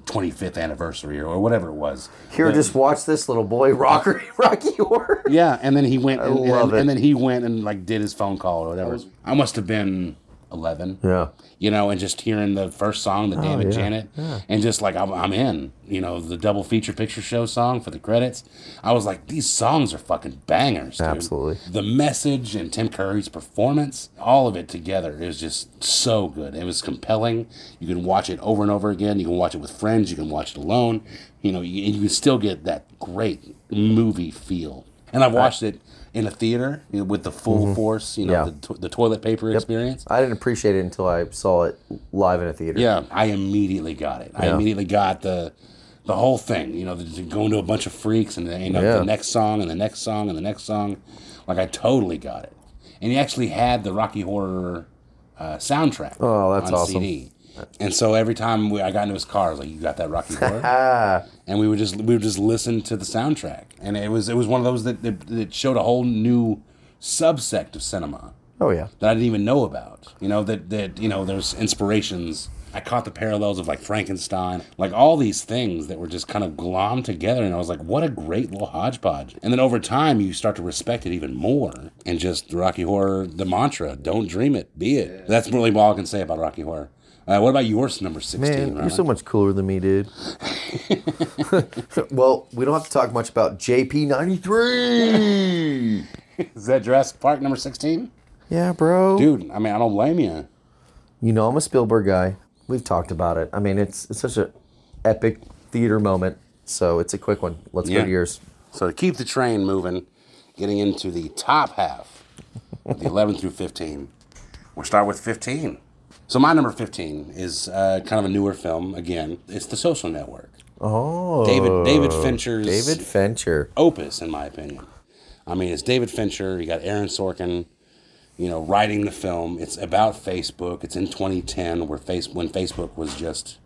Speaker 5: twenty fifth anniversary or, or whatever it was.
Speaker 8: Here,
Speaker 5: The-
Speaker 8: just watch this little boy, Rocker, Rocky Horror.
Speaker 5: yeah, and then he went. And, and-
Speaker 8: love it.
Speaker 5: and then he went and like did his phone call or whatever. I must have been eleven.
Speaker 8: Yeah.
Speaker 5: You know, and just hearing the first song, the Damn It
Speaker 8: Oh, yeah,
Speaker 5: Janet, and just like I'm, I'm in. You know, the double feature picture show song for the credits. I was like, these songs are fucking bangers. Dude.
Speaker 8: Absolutely.
Speaker 5: The message and Tim Curry's performance, all of it together, is just so good. It was compelling. You can watch it over and over again. You can watch it with friends. You can watch it alone. You know, you, you can still get that great movie feel. And I've watched it in a theater you know, with the full force. You know,
Speaker 8: Mm-hmm. Yeah.
Speaker 5: the, to- the toilet paper experience.
Speaker 8: I didn't appreciate it until I saw it live in a theater.
Speaker 5: Yeah, I immediately got it. I
Speaker 8: Yeah.
Speaker 5: immediately got the the whole thing. You know, the, the going to a bunch of freaks and the, you know,
Speaker 8: Yeah.
Speaker 5: the next song and the next song and the next song. Like I totally got it. And he actually had the Rocky Horror uh, soundtrack.
Speaker 8: Oh, that's
Speaker 5: on
Speaker 8: awesome.
Speaker 5: CD. And so every time we, I got into his car, I was like, "You got that Rocky
Speaker 8: Ah.
Speaker 5: Horror?" and we would just we would just listen to the soundtrack, and it was it was one of those that that, that showed a whole new subsect of cinema
Speaker 8: Oh yeah.
Speaker 5: that I didn't even know about. You know that that you know there's inspirations. I caught the parallels of like Frankenstein, like all these things that were just kind of glommed together, and I was like, what a great little hodgepodge. And then over time, you start to respect it even more, and just the Rocky Horror, the mantra, don't dream it, be it. That's really all I can say about Rocky Horror. Uh, what about yours, number sixteen?
Speaker 8: Man, you're
Speaker 5: Ryan?
Speaker 8: so much cooler than me, dude. well, we don't have to talk much about JP93.
Speaker 5: Is that Jurassic Park number sixteen?
Speaker 8: yeah, bro.
Speaker 5: Dude, I mean, I don't blame you.
Speaker 8: You know I'm a Spielberg guy. We've talked about it. I mean, it's it's such an epic theater moment. So it's a quick one. Let's
Speaker 5: Yeah.
Speaker 8: go to yours.
Speaker 5: So to keep the train moving, getting into the top half, of the 11 through 15, we'll start with 15. So my number 15 is uh, kind of a newer film. Again, it's The Social Network.
Speaker 8: Oh,
Speaker 5: David- David Fincher's-
Speaker 8: David Fincher.
Speaker 5: Opus, in my opinion. I mean, it's David Fincher. You got Aaron Sorkin. You know, writing the film. It's about Facebook. It's in 2010, where face when Facebook was just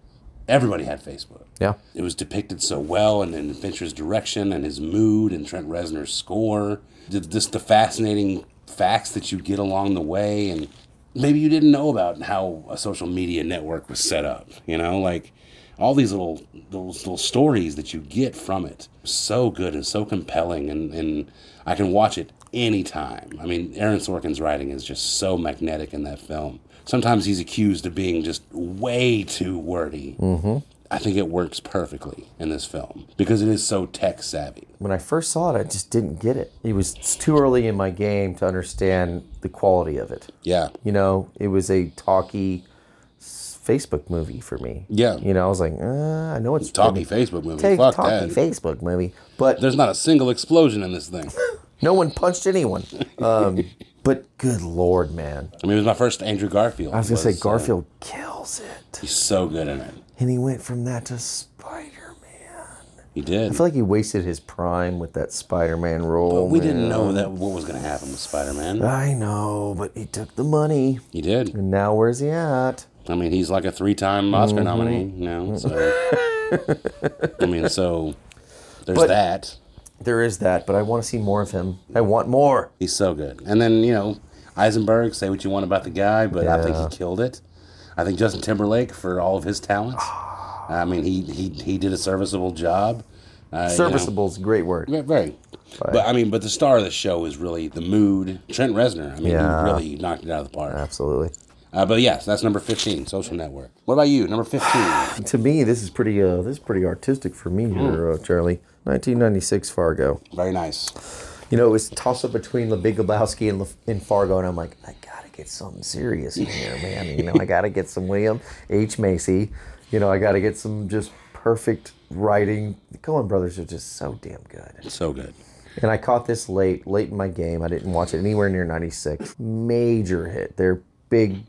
Speaker 5: everybody had Facebook.
Speaker 8: Yeah.
Speaker 5: It was depicted so well, and then Fincher's direction and his mood and Trent Reznor's score, Th- just the fascinating facts that you get along the way, and maybe you didn't know about how a social media network was set up. You know, like all these little those little stories that you get from it, so good and so compelling, and and I can watch it anytime. I mean, Aaron Sorkin's writing is just so magnetic in that film. Sometimes he's accused of being just way too wordy.
Speaker 8: Mm-hmm.
Speaker 5: I think it works perfectly in this film because it is so tech savvy.
Speaker 8: When I first saw it, I just didn't get it. It was it's too early in my game to understand the quality of it.
Speaker 5: Yeah.
Speaker 8: You know, it was a talky s- Facebook movie for me.
Speaker 5: Yeah.
Speaker 8: You know, I was like, uh, I know it's
Speaker 5: Talky Facebook movie.
Speaker 8: Take
Speaker 5: Fuck
Speaker 8: talky
Speaker 5: that.
Speaker 8: Facebook movie, but
Speaker 5: There's not a single explosion in this thing.
Speaker 8: no one punched anyone. Um, but good lord, man!
Speaker 5: I mean, it was my first Andrew Garfield.
Speaker 8: I was gonna say
Speaker 5: uh,
Speaker 8: Garfield kills it,
Speaker 5: he's so good in it.
Speaker 8: and he went from that to Spider.
Speaker 5: He did.
Speaker 8: I feel like he wasted his prime with that Spider-Man role.
Speaker 5: But we didn't
Speaker 8: man.
Speaker 5: know that what was going to happen with Spider Man.
Speaker 8: I know, but he took the money.
Speaker 5: He did.
Speaker 8: And now where's he at?
Speaker 5: I mean, he's like a three-time Oscar
Speaker 8: Mhm.
Speaker 5: nominee now. So, I mean, so there's
Speaker 8: But-
Speaker 5: that.
Speaker 8: There is that, but I want to see more of him. I want more.
Speaker 5: He's so good. And then you know, Eisenberg. Say what you want about the guy, but I think
Speaker 8: Yeah.
Speaker 5: he killed it. I think Justin Timberlake for all of his talents.
Speaker 8: Ah.
Speaker 5: I mean, he he he did a serviceable job. Uh, you know.
Speaker 8: Serviceable is a great word.
Speaker 5: Ve- Very. But I mean, but the star of the show is really the mood. Trent Reznor. I mean,
Speaker 8: Yeah.
Speaker 5: he really knocked it out of the park.
Speaker 8: Absolutely.
Speaker 5: Uh, but yes, that's number fifteen, Social Network. What about you? Number fifteen.
Speaker 8: To me, this is pretty. Uh, this is pretty artistic for me here, uh, Charlie. 1996 Fargo.
Speaker 5: Very nice.
Speaker 8: You know, it was a toss up between The Big Lebowski and, Lef- and Fargo, and I'm like, I gotta get something serious in here, man. You know, I gotta get some William H Macy. You know, I gotta get some just perfect writing. The Coen Brothers are just so damn good.
Speaker 5: So good.
Speaker 8: And I caught this late, late in my game. I didn't watch it anywhere near '96. Major hit. Their big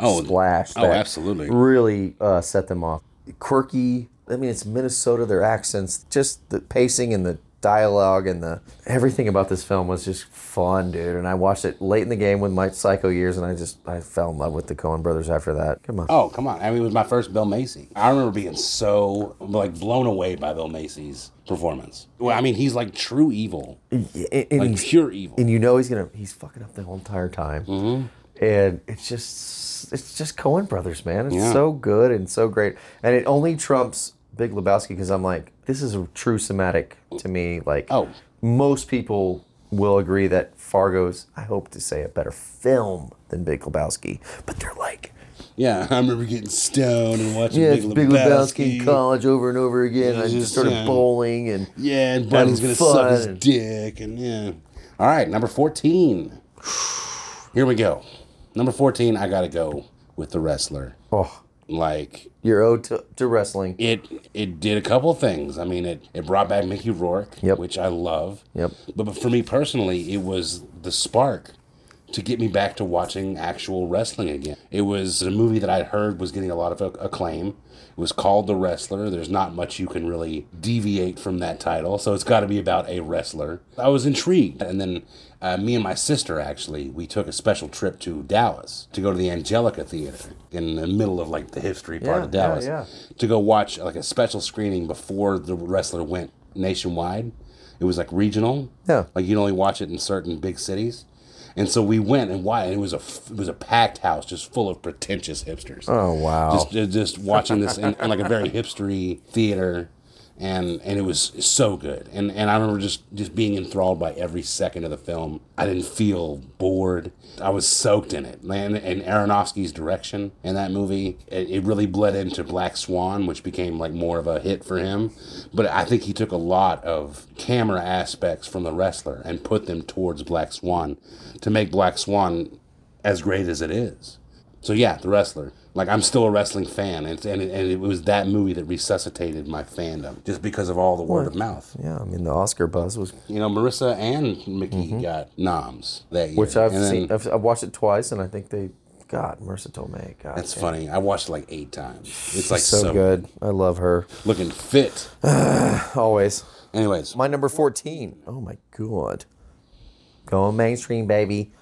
Speaker 5: Oh,
Speaker 8: splash.
Speaker 5: oh,
Speaker 8: that
Speaker 5: absolutely.
Speaker 8: Really uh, set them off. Quirky. I mean, it's Minnesota. Their accents, just the pacing and the dialogue and the everything about this film was just fun, dude. And I watched it late in the game with my psycho years, and I just I fell in love with the Coen Brothers after that. Come on.
Speaker 5: Oh, come on. I mean, it was my first Bill Macy. I remember being so, like, blown away by Bill Macy's performance. Well, I mean, he's like true evil.
Speaker 8: and,
Speaker 5: Like
Speaker 8: he's-
Speaker 5: pure evil.
Speaker 8: And you know he's gonna he's fucking up the whole entire time. And it's just it's just Cohen Brothers, man. It's
Speaker 5: Yeah.
Speaker 8: so good and so great. And it only trumps Big Lebowski because I'm like, this is a true somatic to me. Like, oh, most people will agree that Fargo's. I hope to say a better film than Big Lebowski, but they're like.
Speaker 5: Yeah, I remember getting stoned and watching
Speaker 8: Yeah,
Speaker 5: Big,
Speaker 8: it's
Speaker 5: Lebowski.
Speaker 8: Big Lebowski in college over and over again.
Speaker 5: Yeah,
Speaker 8: I just
Speaker 5: just,
Speaker 8: started
Speaker 5: yeah.
Speaker 8: bowling and
Speaker 5: Yeah, and Buddy's
Speaker 8: having
Speaker 5: gonna suck his
Speaker 8: fun.
Speaker 5: dick, and yeah. All right, number fourteen. Here we go. Number fourteen. I gotta go with the wrestler.
Speaker 8: Oh,
Speaker 5: like
Speaker 8: you're owed to, to wrestling.
Speaker 5: It it did a couple things. I mean, it it brought back Mickey Rourke, which I love.
Speaker 8: Yep.
Speaker 5: But, but for me personally, it was the spark to get me back to watching actual wrestling again. It was a movie that I heard was getting a lot of ac- acclaim. It was called The Wrestler. There's not much you can really deviate from that title, so it's got to be about a wrestler. I was intrigued, and then uh, me and my sister actually we took a special trip to Dallas to go to the Angelica Theater in the middle of like the history part
Speaker 8: Yeah,
Speaker 5: of Dallas
Speaker 8: yeah,
Speaker 5: to go watch like a special screening before the wrestler went nationwide. It was like regional. Yeah. Like you'd only watch it in certain big cities. And so we went and why it was a f- it was a packed house just full of pretentious hipsters.
Speaker 8: Oh, wow.
Speaker 5: Just just, just watching this in, in like a very hipstery theater and and it was so good. And and I remember just just being enthralled by every second of the film. I didn't feel bored. I was soaked in it. And and Aronofsky's direction in that movie, it, it really bled into Black Swan, which became like more of a hit for him. But I think he took a lot of camera aspects from the wrestler and put them towards Black Swan to make Black Swan as great as it is. So yeah, the wrestler. Like I'm still a wrestling fan, and and it, and it was that movie that resuscitated my fandom just because of all the word of mouth.
Speaker 8: Yeah, I mean the Oscar buzz was
Speaker 5: You know, Marissa and Mickey got noms that year,
Speaker 8: Mm-hmm. which I've
Speaker 5: and then-
Speaker 8: seen. I've, I've watched it twice, and I think they. God, Marissa Tomei. God,
Speaker 5: That's
Speaker 8: damn.
Speaker 5: funny. I watched it like eight times. It's
Speaker 8: She's
Speaker 5: like
Speaker 8: so, good. I love her.
Speaker 5: Looking fit.
Speaker 8: Always.
Speaker 5: Anyways.
Speaker 8: My number 14. Oh my god. Going mainstream, baby.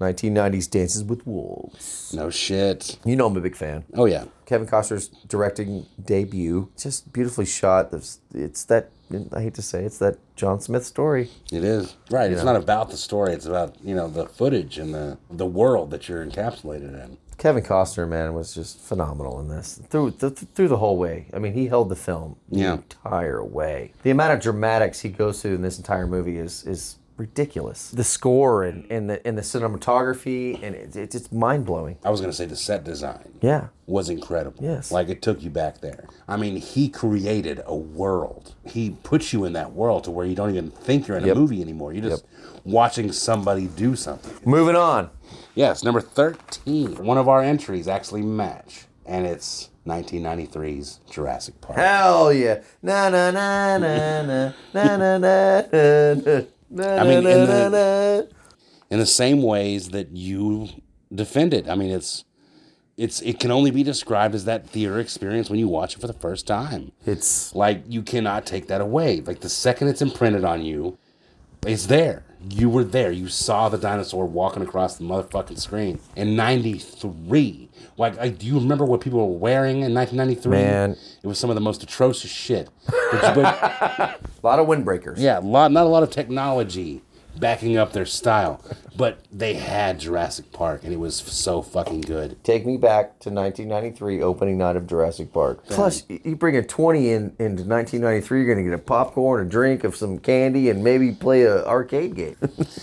Speaker 8: 1990s Dances with Wolves.
Speaker 5: No shit.
Speaker 8: You know I'm a big fan.
Speaker 5: Oh yeah.
Speaker 8: Kevin Costner's directing debut. Just beautifully shot. There's- It's that I hate to say it's that John Smith story.
Speaker 5: It is right. It's
Speaker 8: Yeah.
Speaker 5: not about the story. It's about you know the footage and the the world that you're encapsulated in.
Speaker 8: Kevin Costner, man, was just phenomenal in this through th- th- through the whole way. I mean, he held the film
Speaker 5: Yeah.
Speaker 8: the entire way. The amount of dramatics he goes through in this entire movie is is ridiculous. The score and, and the and the cinematography and it, it's it's mind blowing.
Speaker 5: I was gonna say the set design.
Speaker 8: Yeah.
Speaker 5: was incredible.
Speaker 8: Yes.
Speaker 5: Like it took you back there. I mean, he created a world. He puts you in that world to where you don't even think you're in
Speaker 8: Yep.
Speaker 5: a movie anymore. You're just watching somebody do something.
Speaker 8: Moving on.
Speaker 5: Yes, number 13. One of our entries actually match, and it's 1993's Jurassic Park.
Speaker 8: Hell yeah. Na na na na na na na na na na
Speaker 5: I mean,
Speaker 8: na
Speaker 5: in
Speaker 8: na na.
Speaker 5: in the same ways that you defend it. I mean, it's it's it can only be described as that theater experience when you watch it for the first time.
Speaker 8: It's
Speaker 5: like you cannot take that away. Like the second it's imprinted on you, it's there. You were there. You saw the dinosaur walking across the motherfucking screen in '93. Like, like, do you remember what people were wearing in 1993?
Speaker 8: Man.
Speaker 5: it was some of the most atrocious shit. But you- but-
Speaker 8: A lot of windbreakers.
Speaker 5: yeah, a lot, not a lot of technology backing up their style, but they had Jurassic Park, and it was so fucking good.
Speaker 8: Take me back to 1993, opening night of Jurassic Park. Plus, y- you bring a 20 in into 1993, you're gonna get a popcorn, a drink of some candy, and maybe play a arcade game.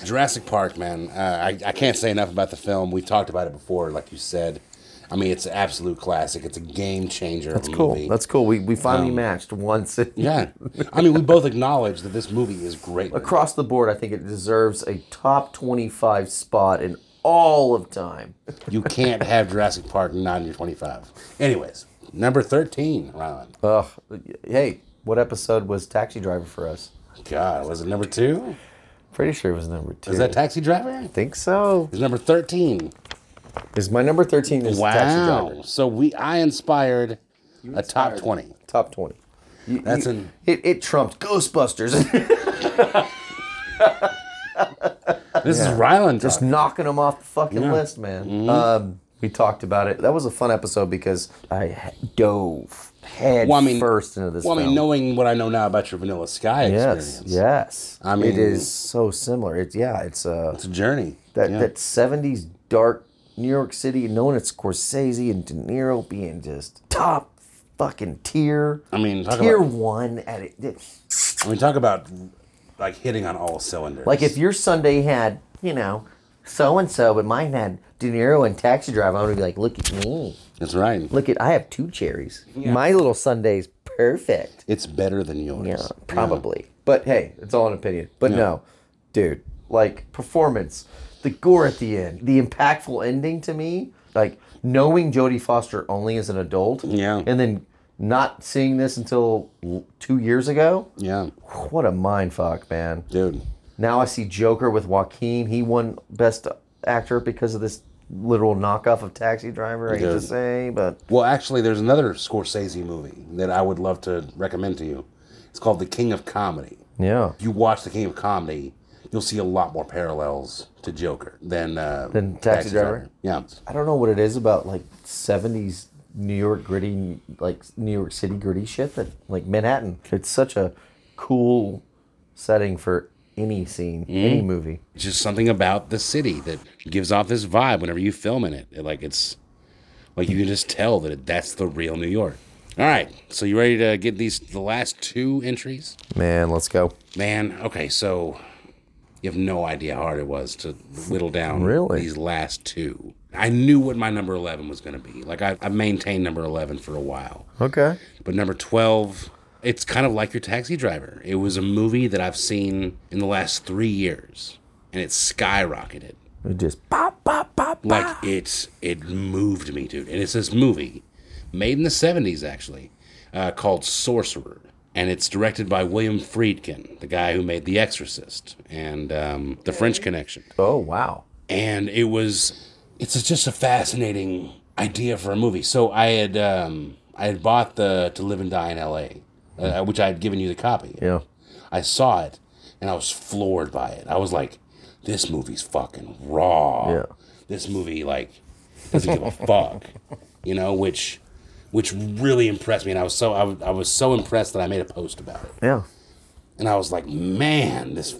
Speaker 5: Jurassic Park, man. Uh, I, I can't say enough about the film. We've talked about it before, like you said. I mean, it's an absolute classic. It's a game changer.
Speaker 8: That's
Speaker 5: of a
Speaker 8: cool.
Speaker 5: Movie.
Speaker 8: That's cool. We we finally
Speaker 5: Um,
Speaker 8: matched once.
Speaker 5: yeah. I mean, we both acknowledge that this movie is great.
Speaker 8: Across the board, I think it deserves a top 25 spot in all of time.
Speaker 5: You can't have Jurassic Park not in your 25. Anyways, number 13, Rylan.
Speaker 8: Ugh. Hey, what episode was Taxi Driver for us?
Speaker 5: God, was it number two?
Speaker 8: Pretty sure it was number two.
Speaker 5: Is that Taxi Driver?
Speaker 8: I think so.
Speaker 5: It's number 13.
Speaker 8: Is my number 13 is Taxi
Speaker 5: Wow.
Speaker 8: Driver?
Speaker 5: So we I inspired a top 20.
Speaker 8: Top 20. You-
Speaker 5: That's
Speaker 8: you-
Speaker 5: an
Speaker 8: It, it trumped Ghostbusters.
Speaker 5: This is Ryland
Speaker 8: Just
Speaker 5: talking.
Speaker 8: knocking them off the fucking
Speaker 5: Yeah. Mm-hmm.
Speaker 8: list, man. Um, we talked about it. That was a fun episode because I h- dove head
Speaker 5: Well, I mean-
Speaker 8: first into this.
Speaker 5: Well, I mean,
Speaker 8: film.
Speaker 5: knowing what I know now about your Vanilla Sky
Speaker 8: yes,
Speaker 5: experience.
Speaker 8: yes.
Speaker 5: I mean-
Speaker 8: it is so similar. It's yeah, it's uh,
Speaker 5: It's a journey.
Speaker 8: that
Speaker 5: yeah.
Speaker 8: that '70s dark New York City, knowing it's Scorsese and De Niro being just top fucking tier.
Speaker 5: I mean, talk
Speaker 8: tier
Speaker 5: about-
Speaker 8: one at it. it-
Speaker 5: I mean, talk about like hitting on all cylinders.
Speaker 8: Like if your Sunday had, you know, so and so, but mine had De Niro and Taxi Driver, I would be like, look at me.
Speaker 5: that's right.
Speaker 8: Look at I have two cherries. My little Sunday's perfect.
Speaker 5: It's better than yours.
Speaker 8: Yeah, probably. But hey, it's all an opinion. But no, dude, like performance, the gore at the end, the impactful ending to me, like knowing Jodie Foster only as an adult,
Speaker 5: Yeah.
Speaker 8: and then not seeing this until l- two years ago.
Speaker 5: Yeah,
Speaker 8: What a mind fuck, man.
Speaker 5: dude.
Speaker 8: Now I see Joker with Joaquin. He won best actor because of this literal knockoff of Taxi Driver. I hate to
Speaker 5: Dude.
Speaker 8: say, but
Speaker 5: Well, actually, there's another Scorsese movie that I would love to recommend to you. It's called The King of Comedy.
Speaker 8: yeah,
Speaker 5: If you watch The King of Comedy, you'll see a lot more parallels to Joker than uh,
Speaker 8: Than Taxi Driver?
Speaker 5: Yeah,
Speaker 8: I don't know what it is about like '70s New York gritty, like New York City gritty shit that like Manhattan. It's such a cool setting for any scene, any
Speaker 5: Mhm.
Speaker 8: movie.
Speaker 5: It's just something about the city that gives off this vibe whenever you film in it. It- Like it's like you can just tell that it, that's the real New York. All right, so you ready to get these the last two entries?
Speaker 8: Man, let's go.
Speaker 5: Man, okay, so you have no idea how hard it was to whittle down
Speaker 8: Really?
Speaker 5: these last two. I knew what my number 11 was going to be. Like, I, I maintained number 11 for a while.
Speaker 8: Okay.
Speaker 5: But number 12, it's kind of like your taxi driver. It was a movie that I've seen in the last three years, and it skyrocketed.
Speaker 8: It just
Speaker 5: Like it's it moved me, dude. And it's this movie made in the seventies, actually, uh, called Sorcerer, and it's directed by William Friedkin, the guy who made The Exorcist and um, The French Connection.
Speaker 8: Oh wow!
Speaker 5: And it was it's just a fascinating idea for a movie. So I had um, I had bought the To Live and Die in L.A., uh, which I had given you the copy.
Speaker 8: Hmm. Yeah.
Speaker 5: I saw it and I was floored by it. I was like, this movie's fucking raw.
Speaker 8: Yeah.
Speaker 5: This movie like doesn't give a fuck. You know, which which really impressed me and I was so I, was- I was so impressed that I made a post about it.
Speaker 8: Yeah.
Speaker 5: And I was like, man, this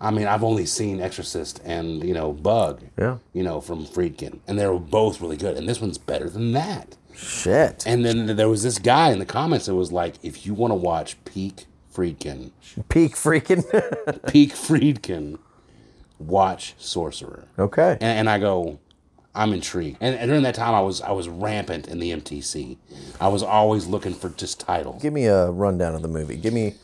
Speaker 5: I mean, I've only seen Exorcist and, you know, Bug,
Speaker 8: Yeah.
Speaker 5: you know, from Friedkin. And they were both really good. And this one's better than that.
Speaker 8: Shit.
Speaker 5: And then there was this guy in the comments that was like, if you want to watch peak Friedkin,
Speaker 8: Peak freaking.
Speaker 5: peak Friedkin, watch Sorcerer.
Speaker 8: okay.
Speaker 5: And, and I go, I'm intrigued. And, and during that time, I was I was rampant in the MTC. I was always looking for just titles.
Speaker 8: Give me a rundown of the movie. Give me.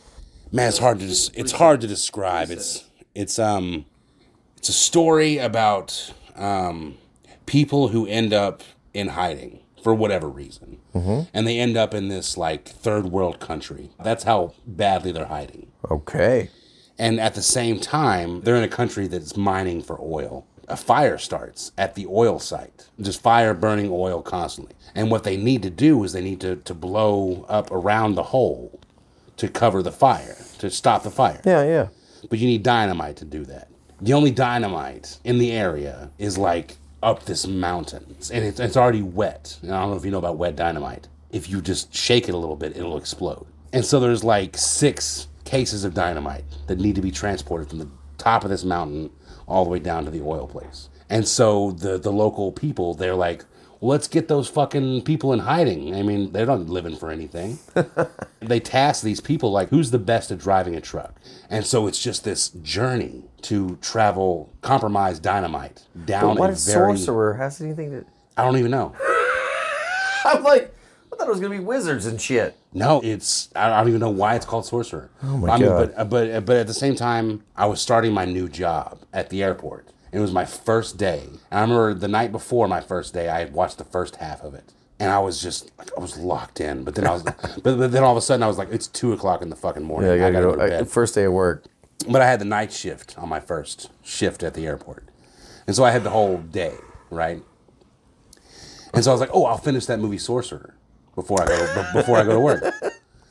Speaker 5: Man, it's hard to des- it's hard to describe. It's it's um it's a story about um people who end up in hiding for whatever reason.
Speaker 8: Mhm.
Speaker 5: And they end up in this like third world country. That's how badly they're hiding.
Speaker 8: Okay.
Speaker 5: And at the same time, they're in a country that's mining for oil. A fire starts at the oil site, just fire burning oil constantly. And what they need to do is they need to, to blow up around the hole to cover the fire, to stop the fire.
Speaker 8: Yeah, yeah.
Speaker 5: But you need dynamite to do that. The only dynamite in the area is like up this mountain, and it's, it's already wet. And I don't know if you know about wet dynamite. If you just shake it a little bit, it'll explode. And so there's like six cases of dynamite that need to be transported from the top of this mountain all the way down to the oil place. And so the the local people, they're like, well, let's get those fucking people in hiding. I mean, they're not living for anything. they task these people like, who's the best at driving a truck? And so it's just this journey to travel compromised dynamite down
Speaker 8: But what
Speaker 5: a
Speaker 8: is
Speaker 5: very.
Speaker 8: sorcerer? Has anything to?
Speaker 5: I don't even know.
Speaker 8: I'm like, I thought it was gonna be wizards and shit.
Speaker 5: No, it's I I don't even know why it's called sorcerer. Oh
Speaker 8: my
Speaker 5: I
Speaker 8: God.
Speaker 5: but but but at the same time, I was starting my new job at the airport. It was my first day, and I remember the night before my first day, I had watched the first half of it, and I was just like, I was locked in. But then I was, but, but then all of a sudden I was like, it's two o'clock in the fucking morning.
Speaker 8: Yeah, I gotta, go.
Speaker 5: to
Speaker 8: I-
Speaker 5: bed.
Speaker 8: first day of work.
Speaker 5: But I had the night shift on my first shift at the airport. And so I had the whole day, right? And so I was like, oh, I'll finish that movie Sorcerer before I go to, b- before I go to work.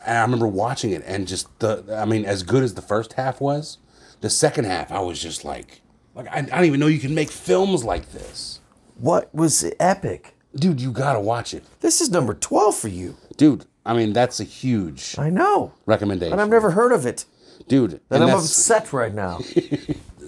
Speaker 5: And I remember watching it and just the I mean, as good as the first half was, the second half I was just like like I, I don't even know you can make films like this.
Speaker 8: What was epic?
Speaker 5: Dude, you gotta watch it.
Speaker 8: This is number twelve for you.
Speaker 5: Dude, I mean that's a huge
Speaker 8: I know.
Speaker 5: recommendation.
Speaker 8: And I've never heard of it.
Speaker 5: Dude,
Speaker 8: And, I'm
Speaker 5: that's-
Speaker 8: upset right now.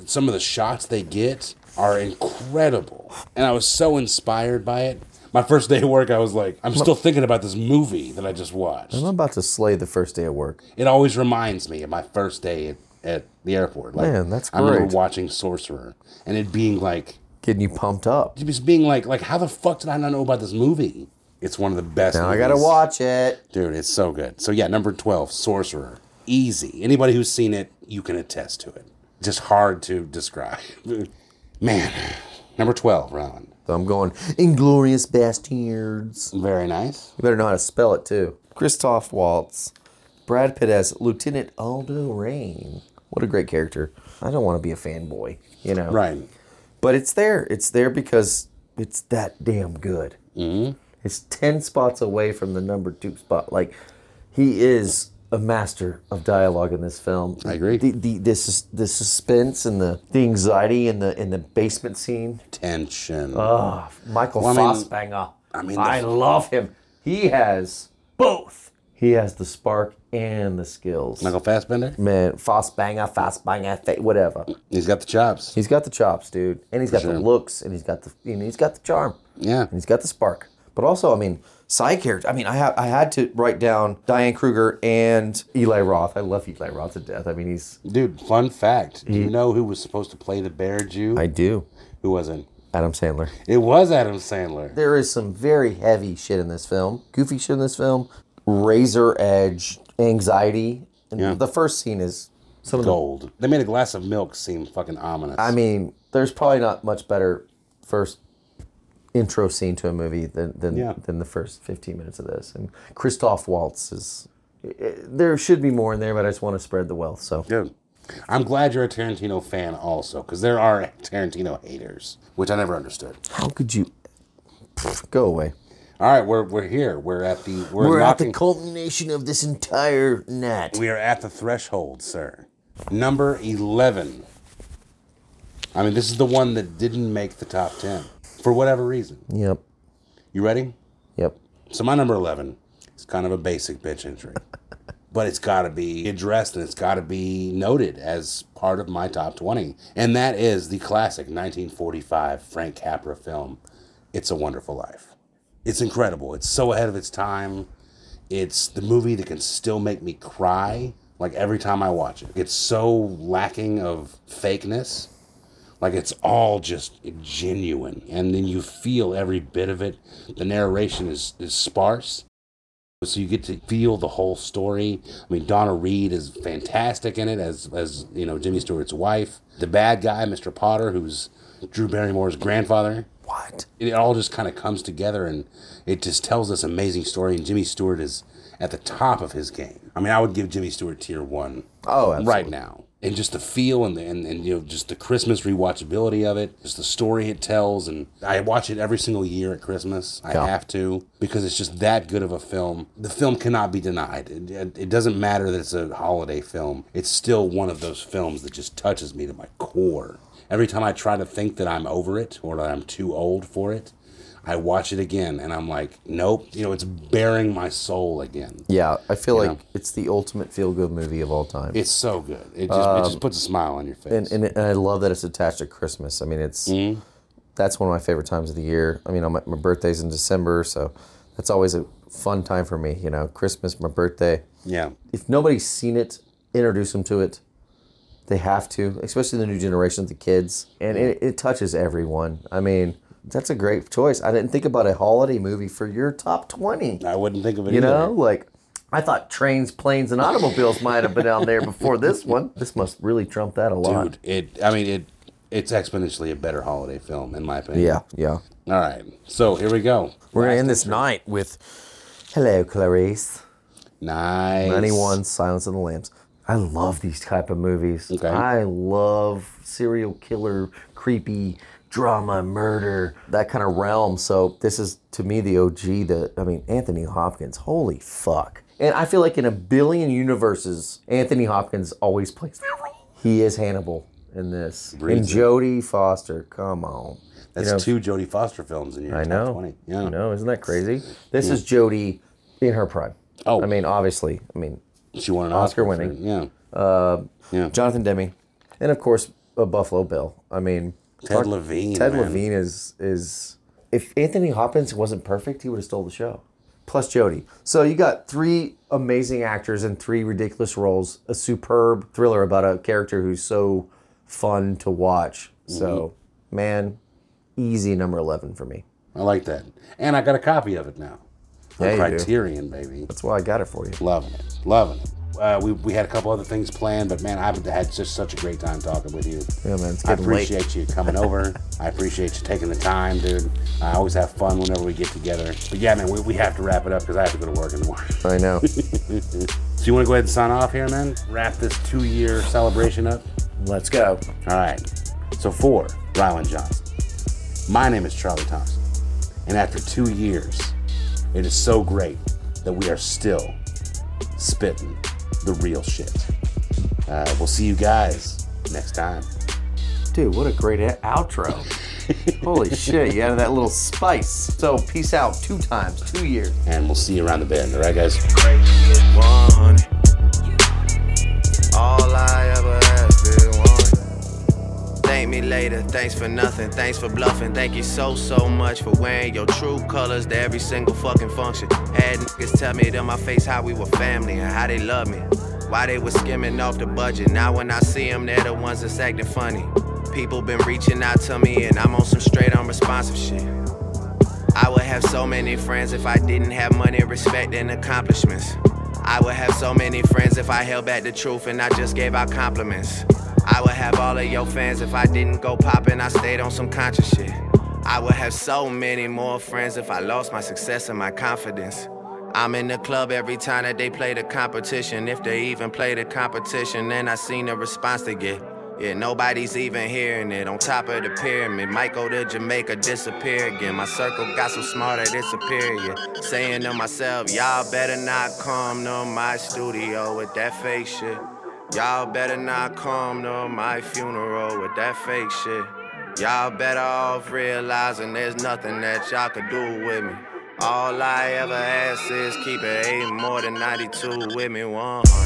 Speaker 5: some of the shots they get are incredible. And I was so inspired by it. My first day of work, I was like, I'm still thinking about this movie that I just watched.
Speaker 8: I'm about to slay the first day of work.
Speaker 5: It always reminds me of my first day at, at the airport.
Speaker 8: Man, that's
Speaker 5: I remember
Speaker 8: great.
Speaker 5: watching Sorcerer and it being like,
Speaker 8: Getting you pumped up.
Speaker 5: just being like, like, how the fuck did I not know about this movie? It's one of the best.
Speaker 8: Now I gotta
Speaker 5: movies.
Speaker 8: watch it.
Speaker 5: Dude, it's so good. So yeah, number 12, Sorcerer. Easy. Anybody who's seen it, you can attest to it. Just hard to describe. Man, number 12, Rowan.
Speaker 8: So I'm going Inglorious Bastards.
Speaker 5: Very nice.
Speaker 8: You better know how to spell it too. Christoph Waltz. Brad Pitt as Lieutenant Aldo Rain. What a great character. I don't want to be a fanboy, you know.
Speaker 5: Right.
Speaker 8: But it's there. It's there because it's that damn good. Mm-hmm. It's 10 spots away from the number two spot. Like, he is a master of dialogue in this film. I agree. The, the, this is the suspense and the, the anxiety in the in the basement scene.
Speaker 5: Tension.
Speaker 8: Oh, Michael
Speaker 5: Well, I mean-
Speaker 8: Fassbanger. I
Speaker 5: mean,
Speaker 8: mean,
Speaker 5: the-
Speaker 8: I love him. He has both. He has the spark and the skills.
Speaker 5: Michael Fassbender?
Speaker 8: Man, Fassbanger, Fassbanger, fa- whatever.
Speaker 5: He's got the chops.
Speaker 8: He's got the chops, dude, and he's
Speaker 5: For
Speaker 8: got the
Speaker 5: sure.
Speaker 8: looks, and he's got the you know, he's got the charm.
Speaker 5: Yeah.
Speaker 8: and he's got the spark. But also, I mean, side character. I mean, I ha- I had to write down Diane Kruger and Eli Roth. I love Eli Roth to death. I mean, he's
Speaker 5: dude. Fun fact: Do you know who was supposed to play the bear Jew?
Speaker 8: I do.
Speaker 5: Who wasn't?
Speaker 8: Adam Sandler.
Speaker 5: It was Adam Sandler.
Speaker 8: There is some very heavy shit in this film, goofy shit in this film, razor edge anxiety. And
Speaker 5: Yeah.
Speaker 8: The first scene is some of the-
Speaker 5: Gold. They made a glass of milk seem fucking ominous.
Speaker 8: I mean, there's probably not much better first intro scene to a movie than than,
Speaker 5: Yeah.
Speaker 8: than the first 15 minutes of this. And Christoph Waltz is. eh, There should be more in there, but I just want to spread the wealth. So
Speaker 5: good. I'm glad you're a Tarantino fan also, because there are Tarantino haters, which I never understood.
Speaker 8: How could you? Go away.
Speaker 5: All right, we're we're here. We're at the we're,
Speaker 8: We're, at the
Speaker 5: knocking-
Speaker 8: culmination of this entire net.
Speaker 5: We are at the threshold, sir. Number 11. I mean, this is the one that didn't make the top 10 for whatever reason.
Speaker 8: Yep.
Speaker 5: You ready?
Speaker 8: Yep.
Speaker 5: So, my number 11 is kind of a basic bitch entry, but it's got to be addressed and it's got to be noted as part of my top 20. And that is the classic 1945 Frank Capra film, It's a Wonderful Life. It's incredible. It's so ahead of its time. It's the movie that can still make me cry like every time I watch it. It's so lacking of fakeness. Like it's all just genuine. And then you feel every bit of it. The narration is, is sparse. So you get to feel the whole story. I mean, Donna Reed is fantastic in it as as you know Jimmy Stewart's wife. The bad guy, Mr. Potter, who's Drew Barrymore's grandfather.
Speaker 8: What?
Speaker 5: It all just kind of comes together, and it just tells this amazing story. And Jimmy Stewart is at the top of his game. I mean, I would give Jimmy Stewart tier one.
Speaker 8: Oh, absolutely.
Speaker 5: right now. And just the feel and, the, and and you know just the Christmas rewatchability of it, just the story it tells, and I watch it every single year at Christmas. I
Speaker 8: Yeah.
Speaker 5: have to because it's just that good of a film. The film cannot be denied. It, it- it doesn't matter that it's a holiday film. It's still one of those films that just touches me to my core. Every time I try to think that I'm over it or that I'm too old for it, I watch it again and I'm like, nope. You know, it's bearing my soul again.
Speaker 8: Yeah, I feel
Speaker 5: You
Speaker 8: like it's the ultimate feel good movie of all time.
Speaker 5: It's so good. It just, it just
Speaker 8: Um,
Speaker 5: puts a smile on your face.
Speaker 8: and, and, and I love that it's attached to Christmas. I mean, it's
Speaker 5: Mm-hmm.
Speaker 8: that's one of my favorite times of the year. I mean, on my, my birthday's in December, so that's always a fun time for me. You know, Christmas, my birthday.
Speaker 5: Yeah.
Speaker 8: If nobody's seen it, introduce them to it. They have to, especially the new generation, the kids, and it, it touches everyone. I mean, that's a great choice. I didn't think about a holiday movie for your top twenty.
Speaker 5: I wouldn't think of it
Speaker 8: You
Speaker 5: either.
Speaker 8: know, like I thought trains, planes, and automobiles might have been down there before this one. This must really trump that a lot.
Speaker 5: Dude, it. I mean, it. It's exponentially a better holiday film, in my opinion.
Speaker 8: Yeah, yeah.
Speaker 5: All right, so here we go.
Speaker 8: We're gonna end this night with "Hello, Clarice."
Speaker 5: Nice.
Speaker 8: Ninety-one, Silence of the Lambs. I love these type of movies. Okay. I love serial killer, creepy drama, murder, that kind of realm. So this is to me the OG. The I mean, Anthony Hopkins. Holy fuck! And I feel like in a billion universes, Anthony Hopkins always plays the role. He is Hannibal in this. and
Speaker 5: Breathes it.
Speaker 8: Jodie Foster. Come on. You
Speaker 5: That's
Speaker 8: know,
Speaker 5: two Jodie Foster films in your
Speaker 8: I
Speaker 5: top
Speaker 8: know.
Speaker 5: twenty.
Speaker 8: I know. Isn't that crazy? This
Speaker 5: Yeah.
Speaker 8: is Jodie in her prime.
Speaker 5: Oh.
Speaker 8: I mean, obviously. I mean,
Speaker 5: she won an Oscar
Speaker 8: Oscar,
Speaker 5: for
Speaker 8: winning.
Speaker 5: it,
Speaker 8: yeah. Uh,
Speaker 5: yeah.
Speaker 8: Jonathan Demme, and of course uh, Buffalo Bill. I mean,
Speaker 5: Ted Levine,
Speaker 8: Ted
Speaker 5: man.
Speaker 8: Levine is is if Anthony Hopkins wasn't perfect, he would have stole the show. Plus Jodie. So you got three amazing actors in three ridiculous roles. A superb thriller about a character who's so fun to watch. So,
Speaker 5: Mm-hmm.
Speaker 8: man, easy number eleven for me.
Speaker 5: I like that, and I got a copy of it now.
Speaker 8: Yeah,
Speaker 5: on
Speaker 8: you do.
Speaker 5: Criterion, baby.
Speaker 8: That's why I got it for you.
Speaker 5: Loving it, loving it. Uh, we, we had a couple other things planned, but man, I've had just such a great time talking with you.
Speaker 8: Yeah, man, it's
Speaker 5: I
Speaker 8: getting late.
Speaker 5: appreciate you coming over. I appreciate you taking the time, dude. I always have fun whenever we get together. But yeah, man, we, we have to wrap it up because I have to go to work in the morning.
Speaker 8: I know.
Speaker 5: So you want to go ahead and sign off here, man? Wrap this two-year celebration up.
Speaker 8: Let's go.
Speaker 5: All right. So for Rylan Johnson, my name is Charlie Thompson, and after two years, it is so great that we are still spitting the real shit. Uh, we'll see you guys next time.
Speaker 8: Dude, what a great a- outro. Holy shit, you added that little spice. So, peace out two times, two years.
Speaker 5: And we'll see you around the bend, all right, guys?
Speaker 10: One. All I ever asked is one. Thank me later, thanks for nothing, thanks for bluffing. Thank you so, so much for wearing your true colors to every single fucking function. Had niggas tell me to my face how we were family and how they love me. Why they was skimming off the budget. Now when I see them, they're the ones that's acting funny. People been reaching out to me and I'm on some straight unresponsive shit. I would have so many friends if I didn't have money, respect, and accomplishments. I would have so many friends if I held back the truth and I just gave out compliments. I would have all of your fans if I didn't go poppin', I stayed on some conscious shit. I would have so many more friends if I lost my success and my confidence. I'm in the club every time that they play the competition. If they even play the competition, then I seen the response they get. Yeah, nobody's even hearing it. On top of the pyramid, might go to Jamaica, disappear again. My circle got so smart that it's superior. Saying to myself, y'all better not come to my studio with that fake shit. Y'all better not come to my funeral with that fake shit. Y'all better off realizing there's nothing that y'all could do with me. All I ever ask is keep it eight more than 92 with me, one.